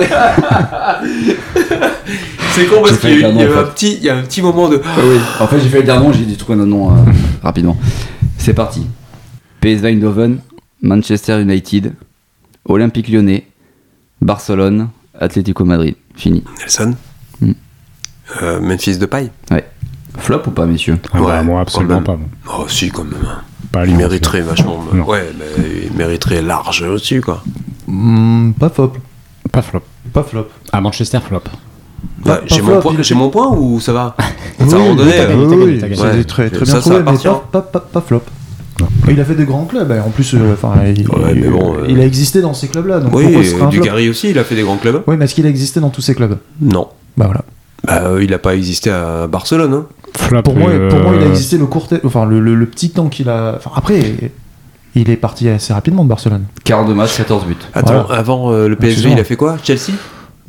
C: c'est con parce
B: J'ai fait
C: qu'il y a eu-
B: également,
C: il y a eu
B: en
C: un
B: fait.
C: petit il y a un petit moment de
B: Ah oui. En fait, j'ai fait le dernier, j'ai dû trouver un nom euh, rapidement. C'est parti. PSV Eindhoven, Manchester United, Olympique Lyonnais, Barcelone, Atlético Madrid. Fini.
C: Nelson.
B: Hmm.
C: Euh, Memphis de paille.
B: Ouais. Flop ou pas, messieurs
A: Ah bah,
C: Ouais,
A: moi, absolument
C: quand
A: pas. moi.
C: Oh si quand même.
A: Pas
C: Il
A: lui,
C: mériterait vachement.
A: Non.
C: Ouais mais il mériterait large au-dessus quoi.
D: Mm, pas flop.
A: Pas flop.
D: Pas flop.
A: À Manchester, flop.
C: Bah,
D: Pas
C: j'ai
D: flop,
C: mon point
D: il a
C: j'ai
D: fait-
C: mon point ou ça va. Ça
D: Oui,
C: va en donner.
D: oui,
A: gagné,
C: euh,
A: t'as
D: oui,
A: gagné, t'as
D: oui,
A: gagné.
D: c'est très, très
C: Ça,
D: bien
C: ça hein.
D: trouvé, mais
C: appartient.
D: pas, pas, pas, pas flop. Il a fait de grands clubs, et en plus, euh, enfin, il,
C: Ouais, mais bon, euh,
D: il a existé dans ces clubs-là, donc
C: Oui,
D: pourquoi ce serait
C: euh,
D: un flop
C: Dugarry aussi, il a fait des grands clubs.
D: Oui, mais est-ce qu'il a existé dans tous ces clubs
C: Non.
D: Bah voilà.
C: Bah, euh, il n'a pas existé à Barcelone. Hein.
A: Flop.
D: Pour, moi,
A: euh,
D: pour moi, il a existé le court, enfin le, le- le petit temps qu'il a. Enfin après, il est parti assez rapidement de Barcelone.
B: 42 matchs, 14 buts.
C: Attends,
D: Voilà.
C: avant euh, le PSG,
D: Excuse-moi.
C: il a fait quoi Chelsea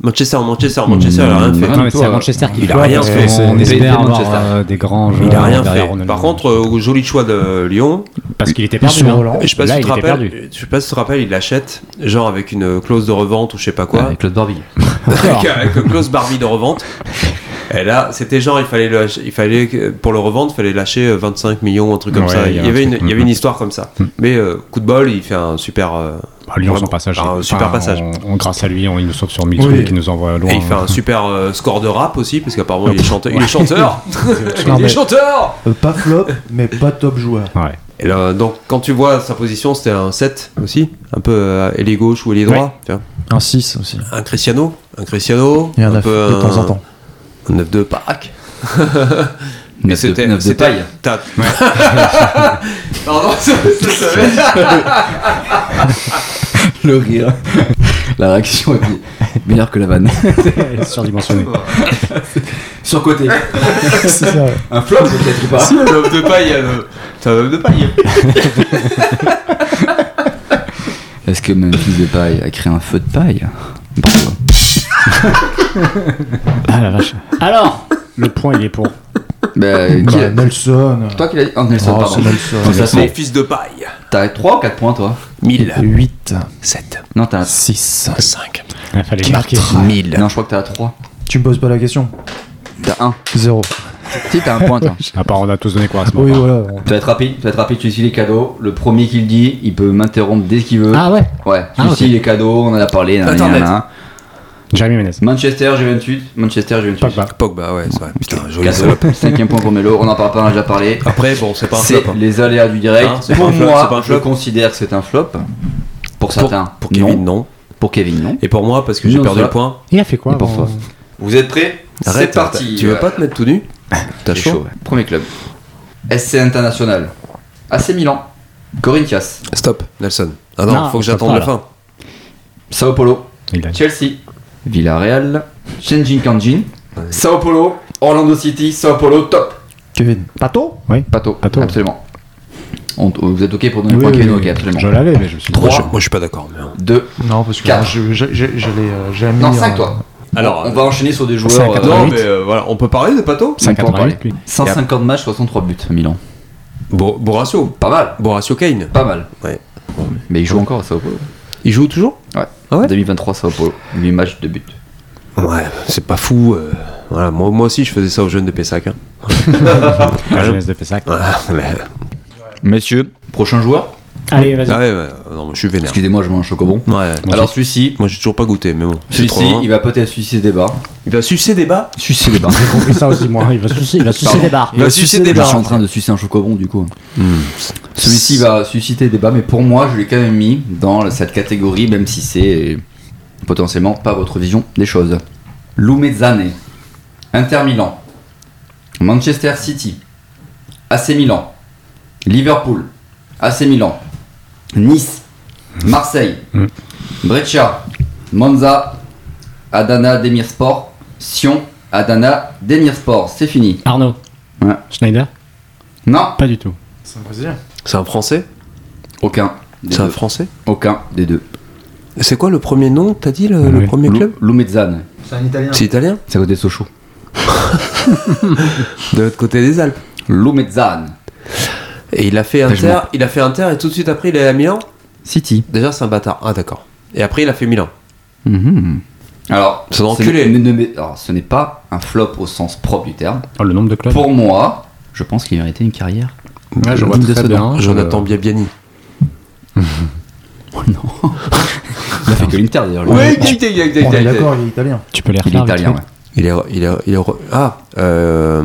C: Manchester, Manchester, Manchester, il a rien fait.
A: Non, mais
B: Toi,
A: c'est à Manchester qu'il
C: il a
A: flop,
C: rien
A: parce
C: fait,
A: qu'on
C: c'est-
A: On espère
B: PSG,
A: avoir
B: Manchester.
A: euh, des grands joueurs
C: Il a rien
A: derrière
C: fait.
A: Ronaldo.
C: Par contre, euh, au joli choix de Lyon,
A: parce qu'il était
D: il se
A: perdu. hein.
D: relance.
C: je sais pas
A: Là,
C: si tu
A: il
C: te
A: était
C: rappelles,
A: perdu.
C: je sais pas si tu te rappelles, il l'achète, genre avec une clause de revente ou je sais pas quoi,
B: Avec Claude Barbie.
C: avec, avec une clause Barbie de revente. Et là, c'était genre, il fallait, le lâcher- il fallait que- pour le revendre, il fallait lâcher euh, 25 millions, un truc comme
A: Ouais,
C: ça.
A: il y a un
C: Il y, avait
A: truc.
C: une, il y avait
A: Mhm.
C: une histoire comme ça. Mais euh, coup de bol, il fait un super. euh,
A: Bah, Lyon, son
C: vraiment,
A: passage.
C: Un
A: est-
C: super
A: enfin,
C: passage.
A: on- on- grâce à lui, on- il nous sauve sur Mitsu
D: Oui.
A: qui nous envoie loin.
C: Et il fait un super euh, score de rap aussi, parce qu'apparemment il est chanteur. Il est chanteur
D: Non,
C: Il est
D: mais-
C: chanteur
D: Euh, pas flop, mais pas top joueur.
A: Ouais.
C: Et là, Donc quand tu vois sa position, c'était un 7 aussi, un peu euh, ailier gauche ou ailier droit. tu vois.
D: Un 6 aussi.
C: Un Cristiano, un Cristiano,
D: Il y en a
C: peu
D: de
C: un-
D: temps en temps.
C: Un 9 de Pac. Et
B: 9
C: c'était-
B: de
C: c'était-
B: paille.
C: t'as- Pardon, ça, ça, ça, ça-
B: Le rire. La réaction est meilleure que la vanne.
A: Elle est surdimensionnée.
B: Sur côté.
D: C'est ça.
B: Un flop peut-être ou pas
C: Si, un 9 de paille. euh, C'est un 9 de paille.
B: Est-ce que Memphis de paille a créé un feu de paille Bravo.
A: Ah la vache. Alors, le point, il est pour.
B: Bah, qui
D: Bah,
B: a-
D: Nelson.
B: Toi qui l'as dit Oh, Nelson,
D: Oh,
B: pardon.
D: c'est Nelson.
B: Donc, ça
C: Mon
B: fait-
C: fils de paille.
B: T'as 3 ou 4 points toi
C: 1000,
D: 8,
C: 7,
B: Non, t'as.
D: 6.
C: 5,
A: Il fallait marquer.
C: 1000.
B: Non, je crois que t'as 3.
D: Tu me poses pas la question.
B: T'as 1.
D: 0.
B: Si, t'as un point toi.
A: À part, on a tous donné quoi à ce
D: Oui,
A: moment
D: voilà.
B: Tu vas être rapide, tu vas être rapide, tu suis les cadeaux. Le premier qui le dit, il peut m'interrompre dès qu'il veut.
A: Ah ouais
B: ouais, tu
A: Ah, ok.
B: suis les cadeaux, on en a parlé. nan, nan, nan,
C: Internet.
B: nan.
A: Jeremy Menez.
B: Manchester Juventus, Manchester Juventus.
A: Pogba.
C: Pogba, ouais, c'est vrai. Putain, joli salope.
B: Cadeau. Cinquième point pour Melo, on en parle pas, on en a déjà parlé.
C: Après, bon, c'est pas un
B: C'est
C: flop. hein.
B: les aléas du direct.
C: Hein, c'est pas
B: pour
C: un flop,
B: moi,
C: c'est pas un
B: je
C: flop.
B: considère que c'est un flop. Pour
C: Pour,
B: certains,
C: pour Kevin, non.
B: Pour Kevin, non.
C: Et pour moi, parce que j'ai
B: Non,
C: perdu
B: ça.
C: le point.
A: Il a fait quoi
B: Et pour
A: avant-
B: toi Vous êtes prêts C'est
C: Arrête,
B: parti.
C: t'as- Tu veux pas te mettre tout nu T'as
B: C'est chaud.
C: chaud
B: ouais. Premier club. SC International. AC Milan. Corinthians.
C: Stop, Nelson. Ah non,
A: Non,
C: faut que
A: stop
C: j'attende
A: pas,
C: la fin.
B: Sao Paulo.
A: Il a
B: Chelsea. Villarreal. Shenzhen Kanjin. Sao Paulo. Orlando City. Sao Paulo. Top.
D: Kevin.
A: Pato Oui.
B: Pato.
A: Pato.
B: Absolument. On- vous êtes ok pour donner le
A: Oui,
B: point
A: oui,
B: Kevin
A: oui.
B: Ok, absolument.
A: Je l'avais, mais je me suis dit.
B: Trois.
C: Moi, je, moi, je suis pas d'accord. mais, hein.
B: 2.
D: Non, parce que
B: Quatre.
D: je- je- je- j'allais euh, jamais.
B: Non,
D: euh,
B: 5 toi.
C: Alors,
B: on va enchaîner sur des
A: cinq,
B: joueurs. euh,
A: quatre,
C: Non,
A: 88.
C: mais euh, voilà, on peut parler de Pato
B: on peut en
A: 58,
B: parler.
A: lui.
B: 150 matchs, 63 buts, Milan.
C: Bo- Boracio.
B: Pas mal.
C: Boracio Kane.
B: Pas mal.
C: Ouais.
B: Mais il joue encore à Sao Paulo.
E: Il joue toujours
B: Ouais.
E: Ah ouais
B: 2023 Sao Paulo. 8 matchs de but.
E: Ouais, c'est pas fou. euh, Voilà, moi, moi aussi, je faisais ça aux jeunes de Pessac. hein.
A: La jeunesse de Pessac.
E: Ah, mais-
B: Messieurs, prochain joueur.
A: Allez, vas-y.
E: Ah ouais, ouais, non, je suis vénère.
B: Excusez-moi, je mange un chocobon.
E: Ouais.
B: Alors celui-ci,
E: Moi, j'ai toujours pas goûté, mais bon. c'est trop
B: celui-ci,
E: loin.
B: il va peut-être suicider des barres.
E: il va sucer des bas.
B: Suicider des barres.
A: J'ai compris ça aussi, moi. Il va sucer, il va sucer
B: Pardon.
A: des barres.
E: Il va sucer des
B: Je suis
E: barres.
B: en train de sucer un chocobon du coup. Celui-ci va susciter débat, mais pour moi, je l'ai quand même mis dans cette catégorie, même si c'est potentiellement pas votre vision des choses. Lumezzane, Inter Milan, Manchester City, AC Milan, Liverpool, AC Milan, Nice, Marseille,
A: Mm.
B: Brescia, Monza, Adana Demirspor, Sion, Adana Demirspor. C'est fini.
A: Arnaud.
B: Ouais.
A: Schneider
B: Non,
A: Pas du tout.
D: C'est un brésilien.
E: C'est un français
B: aucun. des
E: C'est un
B: deux.
E: français
B: Aucun des deux.
E: C'est quoi le premier nom T'as dit le, le
A: Oui.
E: premier
B: Lu-
E: club
B: Lumezzane.
D: C'est un italien.
E: C'est italien
B: C'est à côté de Sochaux.
E: De l'autre côté des Alpes.
B: Lumezzane.
E: Et il a fait
B: je
E: Inter,
B: m'en-
E: il a fait Inter et tout de suite après il est à Milan.
B: City.
E: Déjà c'est un bâtard. Ah d'accord. Et après il a fait Milan.
B: Mhm. Alors,
E: C'est un
B: ce
E: enculé.
B: n'est- ne- ne- alors, ce n'est pas un flop au sens propre du terme.
A: Oh, le nombre de clubs.
B: Pour moi, je pense qu'il méritait une carrière.
A: Ouais, Ah, je vois
B: Digne de
A: très
B: ce
A: bien. Euh,
E: Jonathan Biabiani.
B: Il a fait que l'Inter d'ailleurs. lui.
D: On est d'accord, il est italien.
A: Tu peux les
B: Il est
A: refaire. vite
B: italien,
A: fait.
B: ouais.
E: Il est, il est, il est re- ah euh,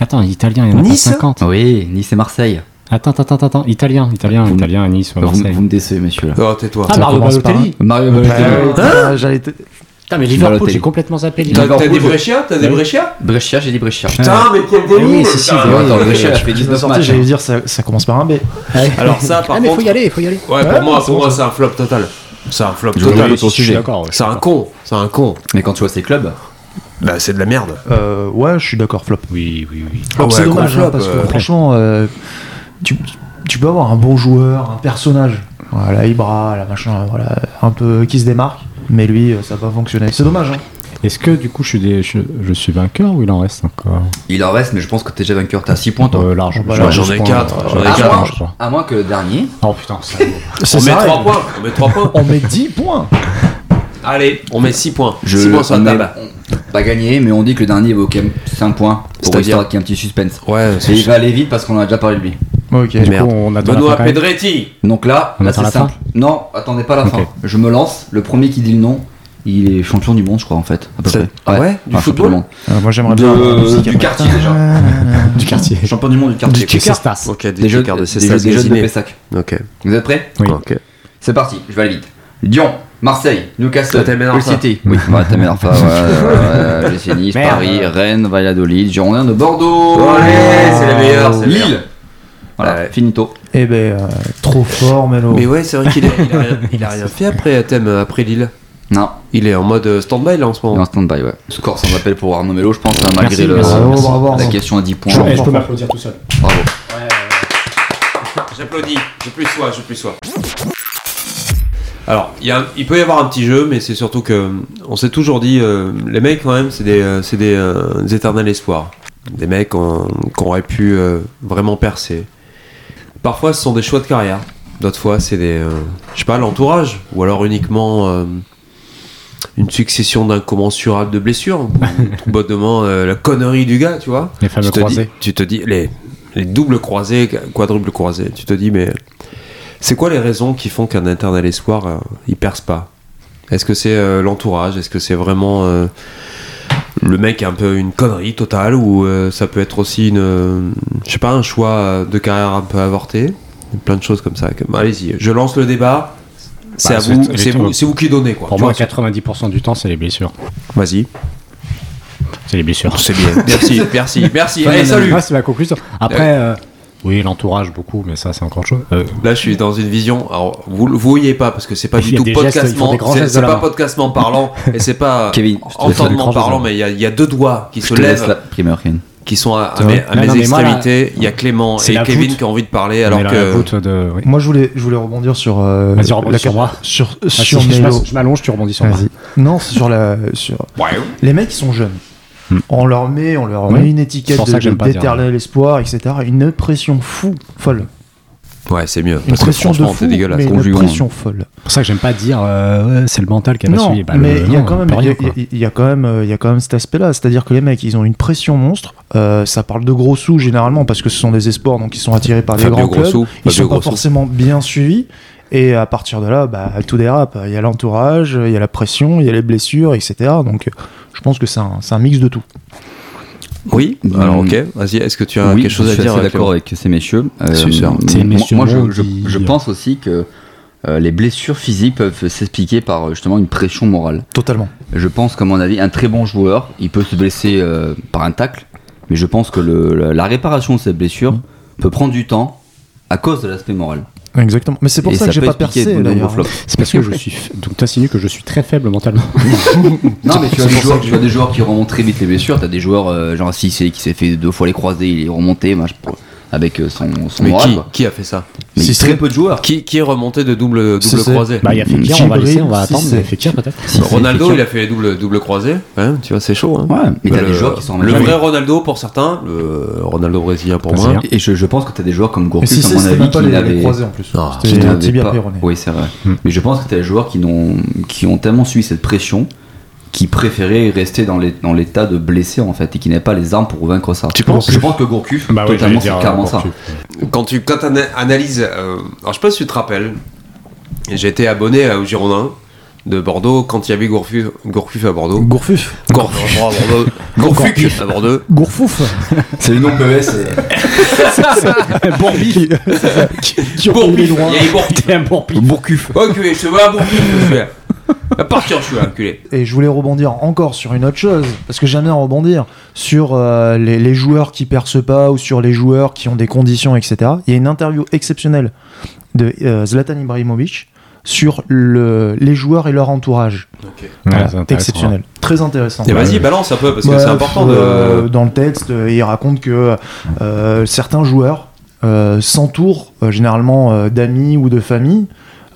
A: Attends, italien, il y en a pas
E: Nice
A: 50.
B: Oui, Nice et Marseille.
A: Attends, attends, attends, attends. Italien, italien,
B: Vous me-
A: italien à Nice ou à
B: Vous,
A: Marseille.
B: vous me décevez, messieurs. Là.
E: oh, tais-toi.
A: Ah,
D: Ça
A: Mario
D: commence par
A: Balotelli
B: Mario Balotelli.
D: Ouais, ouais, Euh, bah, J'allais te-
A: Putain, mais
B: Balotelli.
A: Liverpool, j'ai complètement zappé
E: T'as
A: Liverpool.
E: t'as des
B: Liverpool, je-
E: Brescia T'as des
A: Oui.
E: Brescia
B: Brescia, j'ai dit Brescia.
E: Putain mais quel
A: Eh
E: délire
A: oui, si, si,
E: putain.
A: oui,
B: attends, le Brescia,
D: Je
B: elle a fait
D: me
B: 19
D: sortais,
B: matchs.
D: J'allais dire, ça, ça commence par un B.
E: Alors ça par
A: Ah, mais
E: contre.
A: faut y aller, faut y aller.
E: Ouais pour
D: Ouais,
E: moi pour moi c'est un flop total. C'est un flop
B: Je voulais
E: total.
B: le poursuivre. sujet.
A: d'accord. ouais.
E: C'est un con. C'est un con.
B: Mais quand tu vois ces clubs,
E: Bah c'est de la merde.
D: Euh, ouais, je suis d'accord, flop.
A: Oui, oui, oui.
E: Ah ouais,
D: c'est dommage,
E: gros
D: hein,
E: flop,
D: parce que
E: euh.
D: franchement, euh, tu, tu peux avoir un bon joueur, un personnage, voilà, Ibra, la machin, voilà, un peu qui se démarque, mais lui, euh, ça va pas fonctionner. C'est dommage, hein.
A: Est-ce que du coup, je suis, des- je, je suis vainqueur ou il en reste encore
B: il en reste, mais je pense que t'es déjà vainqueur. T'as 6 points, toi.
A: euh, Large.
D: Oh, bah,
A: J'ai
D: là,
A: douze
E: j'en ai
A: points,
E: quatre,
A: euh,
E: j'en
A: j'ai
E: ai
A: douze
B: à,
E: quatre,
A: points,
B: moins,
A: je crois.
B: à moins que le dernier.
A: Oh putain, ça.
E: On met
D: ça,
E: 3
D: et-
E: points. On met 3 points.
D: On met 10 points
E: Allez, on met 6 points. 6
B: on
E: points sur la
B: est-
E: table.
B: on- Pas gagné, mais on dit que le dernier vaut quand même 5 points. Pour
E: C'est-à-dire
B: histoire qu'il y ait un petit suspense.
E: Ouais,
B: Et il va aller vite parce qu'on a déjà parlé de lui.
D: Ok.
A: Du
E: Merde.
A: coup, on attend la
E: Benoît
A: fin quand même.
E: Pedretti.
B: Donc là,
A: On
B: là
A: attend
B: c'est
A: la
B: simple. Non, attendez pas la
A: Ok.
B: fin. Je me lance. Le premier qui dit le nom, il est champion du monde, je crois, en fait. À peu
E: C'est-
B: près.
E: Ah ouais, du
B: champion
E: football
B: du, monde.
D: Euh, moi j'aimerais
B: De-
D: bien. avoir la musique
B: du
D: après.
B: quartier, déjà.
A: Du quartier.
B: Champion du monde du quartier.
A: Du Cestas.
E: Ok,
B: Des jeux
E: quarts
B: des
E: ces
B: jeux-
E: stades
B: des jeux de
E: gazinés.
B: Pessac.
E: Ok.
B: Vous êtes prêts
A: Oui.
E: Ok.
B: C'est parti, je vais aller vite. Lyon, Marseille, Newcastle,
E: Ah, t'aimes bien
B: Hull
E: enfin.
B: City. Oui, bah, t'aimes bien enfin, ouais, ouais, ouais, Lucé, Nice,
A: Merde.
B: Paris, Rennes, Valladolid, Girondin de Bordeaux.
E: Allez, c'est la meilleure, c'est la meilleure.
B: Lille. Voilà,
E: Ouais.
B: finito.
D: Eh ben, euh, trop fort, Melo.
E: Mais ouais, c'est vrai qu'il a, il a rien, il a rien fait après Athènes, après Lille.
B: Non,
E: Il est en mode euh, stand-by là en ce
B: il est en
E: moment.
B: stand-by, ouais. Score sans appel pour Arnaud Melo, je pense, hein,
A: Merci,
B: malgré le-
A: merci,
D: merci. Bravo, bravo.
B: la question à 10 points.
D: Je-
A: Eh, Je peux m'applaudir tout seul.
B: Bravo.
E: J'applaudis, je plus sois, je plus sois. Alors, il, y a- il peut y avoir un petit jeu, mais c'est surtout que euh, on s'est toujours dit, euh, les mecs quand même, c'est des, euh, c'est des, euh, des éternels espoirs, des mecs qu'on qu'on aurait pu euh, vraiment percer. Parfois, ce sont des choix de carrière. D'autres fois, c'est des, euh, je sais pas, l'entourage, ou alors uniquement euh, une succession d'incommensurables de blessures, ou bêtement euh, la connerie du gars, tu vois
A: Les fameux
E: tu te
A: croisés.
E: Dis, tu te dis, les, les doubles croisés, quadruples croisés, tu te dis, mais c'est quoi les raisons qui font qu'un éternel espoir, euh, il perce pas Est-ce que c'est euh, l'entourage Est-ce que c'est vraiment euh, le mec un peu une connerie totale Ou euh, ça peut être aussi une, euh, je sais pas, un choix euh, de carrière un peu avorté Plein de choses comme ça. Comme- Allez-y, je lance le débat. C'est
A: Bah,
E: à
A: c'est-
E: vous,
A: c'est-
E: c'est vous, c'est vous qui donnez quoi.
A: Pour
E: Tu
A: moi,
E: vois,
A: 90% du temps, c'est les blessures.
E: Vas-y.
A: C'est les blessures.
E: C'est bien. Merci, merci, merci. Allez, salut.
A: Moi, c'est ma conclusion. Après, euh, oui, l'entourage, beaucoup, mais ça, c'est encore autre chose. Euh,
E: Là, je suis dans une vision. Alors, vous le voyez pas parce que c'est pas
A: Il y
E: du
A: a
E: tout
A: des gestes, ils font
E: podcastement.
A: des grands
E: C'est
A: gestes de
E: c'est
A: la
E: pas
A: main.
E: podcastement parlant et c'est pas
B: Kevin, je te laisse faire des
A: grands
E: entendement
A: gestes de la
E: parlant,
A: main.
E: mais il y, a- il y a deux doigts qui
B: Je
E: se
B: te laisse la
E: lèvent,
B: primeur, Ken.
E: qui sont à, à
A: C'est
E: mes,
A: vrai.
E: à
A: Non,
E: mes
A: non, mais moi, là-
E: extrémités. Il y a Clément
A: C'est
E: et
A: la
E: Kevin
A: voûte.
E: qui ont envie de parler
A: on
E: alors
A: est dans la
E: que.
A: voûte de. oui.
D: Moi je voulais, je voulais rebondir sur. euh,
A: Vas-y, rebondis
D: la-
A: sur moi.
D: Sur,
A: Ah,
D: sur
A: si, je
D: Melo.
A: m'as- je m'allonge, tu rebondis sur moi.
D: Vas-y. Non, c'est sur la. Sur... Les mecs, ils sont jeunes.
A: Hmm.
D: On leur met, on leur
A: Oui.
D: met une
A: C'est
D: étiquette
A: pour ça
D: de-
A: que j'aime
D: de-
A: pas dire.
D: d'éternel espoir, etc. Une pression fou, folle.
E: Ouais, c'est
D: Une
E: mieux. Parce que
D: pression de
E: franchement,
D: fou,
E: c'est dégueulasse.
D: mais une
B: conjuguant.
D: pression folle.
A: C'est pour ça que j'aime pas dire euh, ouais, c'est le mental qui a pas
D: non,
A: suivi. Bah, le-
D: mais il y a
A: non,
D: quand
A: on
D: même,
A: peut
D: il y
A: rien,
D: a-
A: quoi.
D: il y, a quand même, euh, il y a quand même cet aspect-là. C'est-à-dire que les mecs, ils ont une pression monstre. Euh, ça parle de gros sous généralement parce que ce sont des espoirs, donc ils sont attirés par les
E: Fabio
D: grands clubs.
E: Grosso,
D: ils sont
E: Fabio
D: pas
E: Grosso.
D: forcément bien suivis. Et à partir de là, bah, tout dérape. Il y a l'entourage, il y a la pression, il y a les blessures, etc. Donc, euh, je pense que c'est un, c'est un mix de tout.
E: Oui, alors
B: Hum.
E: ok, vas-y, est-ce que tu as
B: oui,
E: quelque chose
B: je
E: à
B: suis
E: dire
B: assez
E: avec
B: d'accord
E: le-
B: avec ces messieurs.
E: C'est sûr.
A: C'est les
B: moi-
A: messieurs
B: Euh, moi,
A: mots
B: je, je-
A: qui-
B: je pense aussi que euh, les blessures physiques peuvent s'expliquer par euh, justement une pression morale.
D: Totalement.
B: Je pense qu'à mon avis, un très bon joueur, il peut se blesser euh, par un tacle, mais je pense que le- la, la réparation de cette blessure peut prendre du temps à cause de l'aspect moral.
D: Exactement. Mais Mmh. c'est pour
B: Et
D: ça,
B: ça
D: que j'ai
B: peut
D: pas
B: expliquer
D: percé
B: de nombreux
D: d'ailleurs.
B: flops.
A: C'est parce que je suis. Donc, t'insinues que je suis très faible mentalement.
B: Non, mais tu as, des joueurs, tu as des joueurs qui remontent très vite les blessures, tu as des joueurs, euh, genre Cissé qui s'est fait deux fois les croisés, il est remonté machin, pour- avec euh, son, son
E: Mais
B: moral.
E: qui,
B: quoi.
E: qui a fait ça
B: Mais il
D: Si
B: y a
D: c'est-
B: très peu de joueurs.
E: qui, qui est remonté de double,
D: C'est-
E: double
D: c'est-
E: croisé
A: Bah, il y a Fekir, on va
D: Jibril,
A: laisser, on va
D: si
A: attendre.
D: c'est-
A: mais Fekir peut-être.
B: Si, c'est
E: Ronaldo,
B: Fekir.
E: il a fait double, double croisé, hein, tu vois, c'est chaud. Hein.
B: Ouais, mais t'as
E: le,
B: des joueurs qui sont en
E: le
B: même
E: vrai
B: temps.
E: Ronaldo pour certains, le Ronaldo brésilien pour moi.
A: Brésilien.
B: Et je, je pense que t'as des joueurs comme
D: Mais
B: Gourcuff,
D: si
B: à
D: c'est,
B: mon
D: c'était même
B: avis,
D: pas
B: qui
D: les, les
B: n'avaient.
D: croisés en plus.
E: Ah,
B: qui
D: C'était
B: n'avaient
D: tibia
B: pas-
D: péroné.
B: Oui, c'est vrai.
A: Hmm.
B: Mais je pense que t'as des joueurs qui, n'ont, qui ont tellement suivi cette pression qui préféraient rester dans, les, dans l'état de blessé en fait et qui n'avaient pas les armes pour vaincre ça.
A: Tu penses
B: Je pense que Gourcuff,
A: Bah oui, j'allais
B: totalement,
A: dire,
B: c'est carrément
A: euh,
B: ça.
A: Gourcuff.
E: Quand tu quand t'ana- analyses, euh, alors je sais pas si tu te rappelles, j'étais abonné à- aux Girondins de Bordeaux quand il y avait Gourcuff, Gourcuff à Bordeaux.
D: Gourfuf.
E: Gourcuff à Bordeaux. Gourcuff à Bordeaux.
D: Gourfouf.
B: C'est le nom PES.
A: Bourbi
E: Gourcuff, il y avait Gourcuff.
A: T'es un bourbi
B: Gourcuff.
E: Oh, enculé, je te vois à Gourcuff. je fais. À partir, je suis là, enculé.
D: Et je voulais rebondir encore sur une autre chose, parce que j'aime bien rebondir sur euh, les, les joueurs qui percent pas ou sur les joueurs qui ont des conditions, etc. Il y a une interview exceptionnelle de euh, Zlatan Ibrahimovic sur le, les joueurs et leur entourage. Voilà,
A: hein.
D: exceptionnel. Très intéressant.
E: Et vas-y, balance un peu parce que
D: Ouais,
E: c'est important
D: euh,
E: de.
D: Dans le texte, euh, il raconte que euh, certains joueurs euh, s'entourent euh, généralement euh, d'amis ou de familles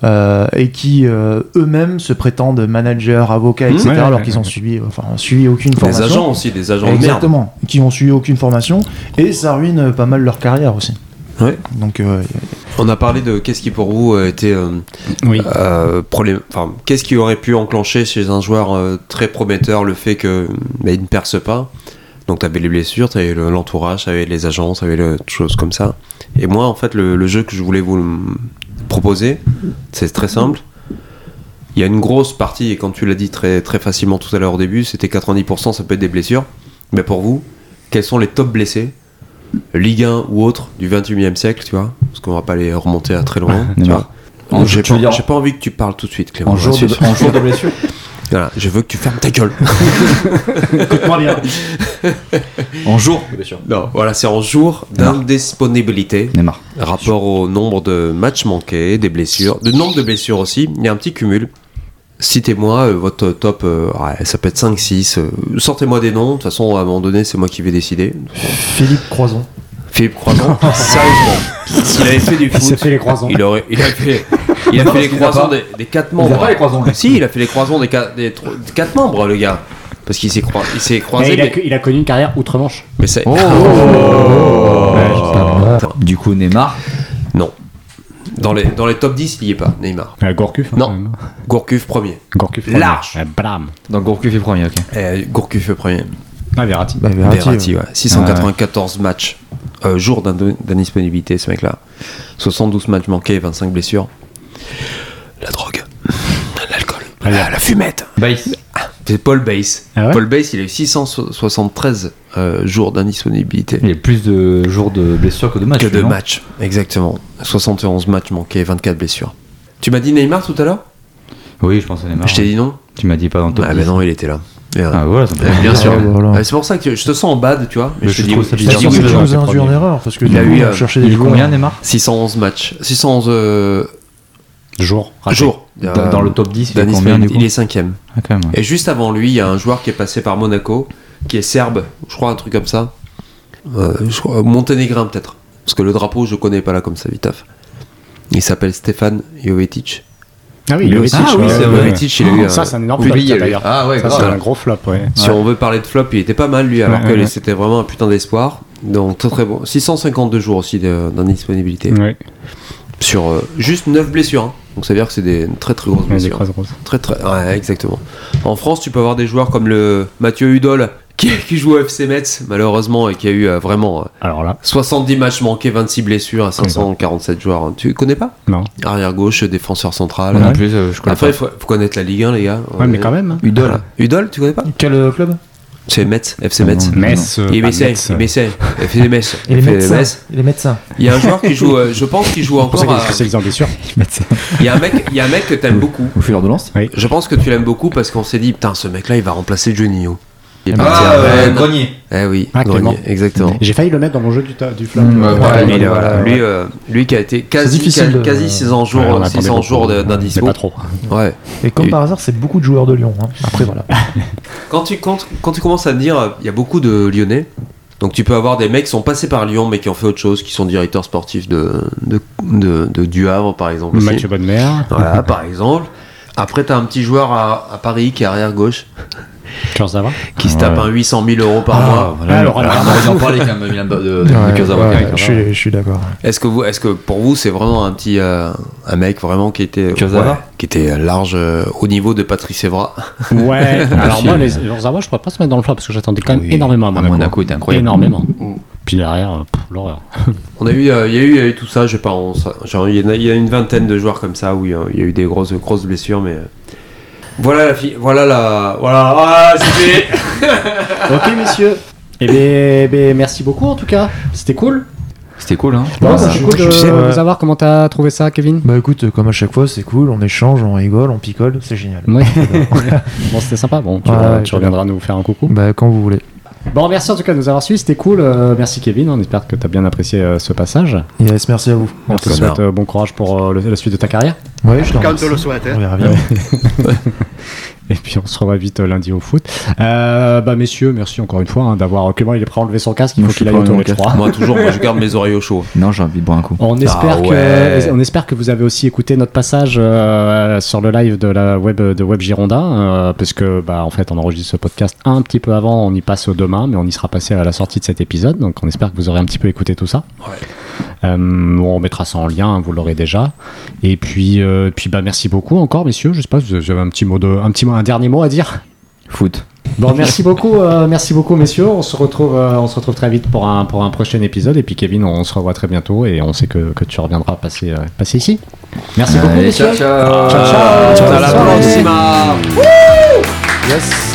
D: euh, et qui euh, eux-mêmes se prétendent managers, avocats,
E: Mmh.
D: etc.
A: Ouais,
D: alors
A: ouais,
D: qu'ils
A: ouais.
D: ont suivi, enfin, suivi aucune
E: Des
D: formation.
E: agents aussi, des agents de merde.
D: Exactement, qui ont suivi aucune formation et ça ruine euh, pas mal leur carrière aussi.
E: Ouais.
D: Donc euh,
E: On a parlé de qu'est-ce qui pour vous euh, était euh,
A: Oui.
E: euh, problème. Enfin, qu'est-ce qui aurait pu enclencher chez un joueur euh, très prometteur le fait que bah, il ne perce pas. Donc t'avais les blessures, t'avais le- l'entourage, t'avais les agences, t'avais le- des choses comme ça. Et moi, en fait, le, le jeu que je voulais vous mm, proposer, c'est très simple. Il y a une grosse partie, et quand tu l'as dit très, très facilement tout à l'heure au début, c'était 90%, ça peut être des blessures. Mais pour vous, quels sont les top blessés Ligue 1 ou autre du 21e siècle, tu vois Parce qu'on va pas les remonter à très loin. tu vois.
B: En
E: J'ai
B: jeu, tu
E: pas,
B: veux dire
E: j'ai pas envie que tu parles tout de suite, Clément.
B: en jour de,
E: Là-dessus.
B: en jour de blessure
E: Voilà, je veux que tu fermes ta gueule.
B: En jour de blessure.
E: non, voilà, c'est en jour d'indisponibilité,
B: Neymar.
E: rapport au nombre de matchs manqués, des blessures, du nombre de blessures aussi. Il y a un petit cumul. Citez-moi euh, votre top, euh, ouais, ça peut être 5, 6. euh, Sortez-moi des noms, de toute façon, à un moment donné, c'est moi qui vais décider.
D: Philippe Croison.
E: Philippe Croison, sérieusement, s'il avait fait du
A: Il s'est
E: foot,
A: fait les croisants.
E: il, aurait, il a fait, il a
B: Non,
E: fait les
B: il a
E: croisons
B: pas.
E: des, des quatre membres.
B: croisons.
E: Si, il a fait les croisons des quatre, des trois- des quatre membres, le gars. Parce qu'il s'est croi- il s'est
A: Mais
E: croisé.
A: il, a,
E: mais-
A: il a connu une carrière outre-Manche.
E: mais c'est-
B: Du coup, Neymar.
E: Non. Dans les, dans les top 10, il n'y est pas, Neymar.
A: Euh, Gourcuff hein,
E: Non. Gourcuff premier.
A: Gourcuff.
E: premier. Large.
A: Blam.
B: Donc Gourcuff est premier, ok.
E: Euh, Gourcuff premier.
A: Ah, Verratti.
D: Bah, Verratti, ouais.
E: Verratti, ouais. 694 matchs. Euh, jour d'ind- d'indisponibilité, ce mec-là. 72 matchs manqués, 25 blessures. La drogue. L'alcool.
A: Ah,
E: La, la fumette.
B: Bass.
E: C'est Paul Bass.
A: Ah ouais
E: Paul Bass, il a eu 673 euh, jours d'indisponibilité.
B: Il y a plus de jours de blessure que de matchs.
E: Que de
B: non
E: matchs, exactement. 71 matchs manqués, 24 blessures. Tu m'as dit Neymar tout à l'heure
B: Oui, je pense à Neymar.
E: Je t'ai dit non
B: Tu m'as dit pas dans le top.
E: Ah, mais
B: 10.
E: non, il était là. Et, euh,
B: Ah, voilà, ça me
E: Euh,
B: fait
E: bien sûr.
D: Ah, voilà.
E: Ouais, c'est pour ça que je te sens en bad, tu vois. Mais
B: Mais
E: je te
B: je
E: dis,
B: trouve ça
E: je te
B: bizarre.
D: Je
E: dis
B: sûr
D: pensais
B: que
D: que tu
B: j'aurais
D: nous as
B: été
D: induit en
B: premier.
D: erreur parce que
E: Il y a
D: du coup,
E: eu,
D: on
E: euh,
D: cherchait des
B: Il est
D: joueurs.
B: combien, Neymar
E: 611 matchs, 611 euh,
A: Jour. raté.
E: jours.
B: Dans dans le top 10, il est
E: d'Anis
B: combien
E: Euh, Smith,
B: du coup
E: il est cinquième.
B: Ah, quand même.
E: Et juste avant lui, il y a un joueur qui est passé par Monaco, qui est serbe, je crois un truc comme ça. Euh, je crois- monténégrin peut-être, parce que le drapeau je connais pas là comme ça vite taf. Il s'appelle Stefan Jovetic.
A: Ah oui, Jovetic.
B: Ah oui,
A: ouais,
B: c'est
A: ouais,
B: vrai.
A: ouais.
E: Jovetic, il a eu un-
A: Ça, c'est un énorme
B: Oui,
A: flop,
B: il y a eu-
A: d'ailleurs.
B: Ah ouais,
A: Ça,
B: grave.
A: c'est un gros flop, ouais.
E: Si on veut parler de flop, il était pas mal lui, alors
A: Ouais,
E: que
A: ouais, ouais.
E: c'était vraiment un putain d'espoir. Donc très très bon. 652 jours aussi de- d'indisponibilité.
A: Ouais.
E: sur euh, juste 9 blessures. hein. Donc ça veut dire que c'est des très très grosses
G: Ouais, des
E: blessures.
G: croises roses.
E: Très très. Ouais, exactement. En France, tu peux avoir des joueurs comme le Mathieu Hudol qui, qui joue au FC Metz malheureusement et qui a eu euh, vraiment euh,
A: Alors là,
E: 70 matchs manqués, 26 blessures à
G: connais pas.
E: 547 joueurs. hein. Tu connais pas
G: Non.
E: Arrière gauche, défenseur central.
G: Ouais.
B: En plus, euh, je connais
E: Après, faut, faut connaître la Ligue 1, les gars.
G: Ouais, mais quand même. hein.
E: Udol. Udol, tu connais pas
D: Quel euh, club
E: C'est Metz, FC Metz.
G: Metz. euh,
E: Il
G: pas
E: m'essaie,
G: Metz,
E: il
G: euh,
E: m'essaie. FC Metz.
D: Et les
E: FC
D: médecins.
E: Metz.
D: Et les médecins.
E: Il y a un joueur qui joue, euh, je pense qu'il joue
A: c'est pour ça
E: encore.
A: qu'il est
E: à-
A: spécialisé en blessure.
G: Metz.
E: Il y a un mec, il y a un mec que t'aimes beaucoup.
B: pas. Au fil de lance
E: Je pense que tu l'aimes beaucoup parce qu'on s'est dit, putain, ce mec-là, il va remplacer Johnny Yo. Il est parti
B: Ah,
E: à
B: euh,
E: Rennes.
B: grenier.
E: Eh oui,
A: Ah, Clément.
E: Grenier, exactement.
A: J'ai failli le mettre dans mon jeu du, ta- du flop.
G: Mmh,
A: Euh,
G: ouais,
A: voilà,
G: ouais,
A: mais
E: Il est-
A: voilà.
E: voilà, lui, euh, lui qui a été quasi,
D: difficile de-
E: quasi 600 jours,
A: Ouais, on attendait
E: 600
A: beaucoup,
E: jours de-
A: mais
E: d'indispo.
A: Pas trop.
E: Ouais.
D: Et comme
E: Et-
D: par hasard, c'est beaucoup de joueurs de Lyon. hein. Après, voilà.
E: Quand tu, quand, quand tu commences à te dire, euh, il y a beaucoup de Lyonnais. Donc tu peux avoir des mecs qui sont passés par Lyon mais qui ont fait autre chose, qui sont directeurs sportifs de, de, de- de- du Havre par exemple. aussi.
A: Mathieu Bonnemer.
E: Voilà, par exemple. Après, t'as un petit joueur à, à Paris qui est arrière gauche,
A: Charles Davin.
E: qui se tape un 800 000 euros par mois.
A: Ah, Laurent
B: Alors,
A: Bernard.
B: on va en parler quand même, Milan de, de, de
D: Ouais,
B: Kurzawa,
D: ouais,
B: quand même.
D: je suis- je suis d'accord.
E: Est-ce que vous, est-ce que pour vous, c'est vraiment un petit, euh, un mec vraiment qui était,
B: Kurzawa
E: qui était large euh, au niveau de Patrice Evra
A: Ouais. Alors
B: si,
A: moi,
B: mais-
A: les Charles Davin, je pourrais pas se mettre dans le flop parce que j'attendais quand même
B: Oui.
A: énormément à
B: Ah,
A: Monaco.
B: Monaco était incroyable.
A: Énormément. Puis derrière, euh, pff, l'horreur.
E: On a eu, euh, il y a eu, il y a eu tout ça. Je sais pas, on s- genre, il y en a- il y, a une vingtaine de joueurs comme ça où il y a, il y a eu des grosses, grosses blessures, mais. euh, Voilà la fille, voilà la. Voilà, ah, c'est fait.
A: ok, messieurs. Eh bien, ben, merci beaucoup en tout cas. C'était cool.
B: C'était cool, hein
A: Non,
D: Ouais,
A: c'est
D: je-
A: cool de
D: je sais, ouais.
A: de savoir comment t'as trouvé ça, Kevin.
D: Bah écoute, comme à chaque fois, c'est cool, on échange, on rigole, on picole, c'est génial.
A: Oui. bon, c'était sympa. Bon, tu,
D: Ouais,
A: euh,
D: ouais,
A: tu reviendras nous faire un coucou.
D: Bah quand vous voulez.
A: Bon, merci en tout cas de nous avoir suivis. C'était cool. Euh, merci, Kevin. On espère que t'as bien apprécié euh, ce passage.
D: Yes, merci à vous.
A: On te
E: Connard.
A: souhaite euh, bon courage pour euh, le- la suite de ta carrière.
D: Ouais, je t'en
F: Comme te
D: remercie.
F: le souhaite.
D: On
F: hein.
D: verra bien.
A: Et puis on se revoit vite euh, lundi au foot. Euh, bah messieurs, merci encore une fois hein, d'avoir. Clément, il est prêt à enlever son casque. Il
B: Moi,
A: faut
B: je
A: qu'il
B: suis
A: aille au
B: prêt à
A: tour, je
B: enlever mon
A: crois.
E: Moi, toujours, moi, je garde mes oreilles au chaud.
B: Non, j'ai envie de boire un coup.
A: On espère,
E: ouais.
A: que, on espère que vous avez aussi écouté notre passage euh, sur le live de la web de Web Girondin, euh, parce que bah, en fait on enregistre ce podcast un petit peu avant, on y passe demain, mais on y sera passé à la sortie de cet épisode, donc on espère que vous aurez un petit peu écouté tout ça. Euh, on mettra ça en lien, hein, vous l'aurez déjà. Et puis, euh, puis bah merci beaucoup encore, messieurs. Je sais pas si vous avez un petit mot de, un petit mot, un dernier mot à dire.
B: Foot.
A: Bon, merci beaucoup, euh, merci beaucoup, messieurs. On se retrouve, euh, on se retrouve très vite pour un pour un prochain épisode. Et puis Kevin, on, se revoit très bientôt et on sait que, que tu reviendras passer euh, passer ici. Merci beaucoup,
B: Allez,
A: messieurs.
B: ciao, ciao
A: Ciao, ciao.
E: À la
A: Bonne soirée.
E: proxima.
D: Yes.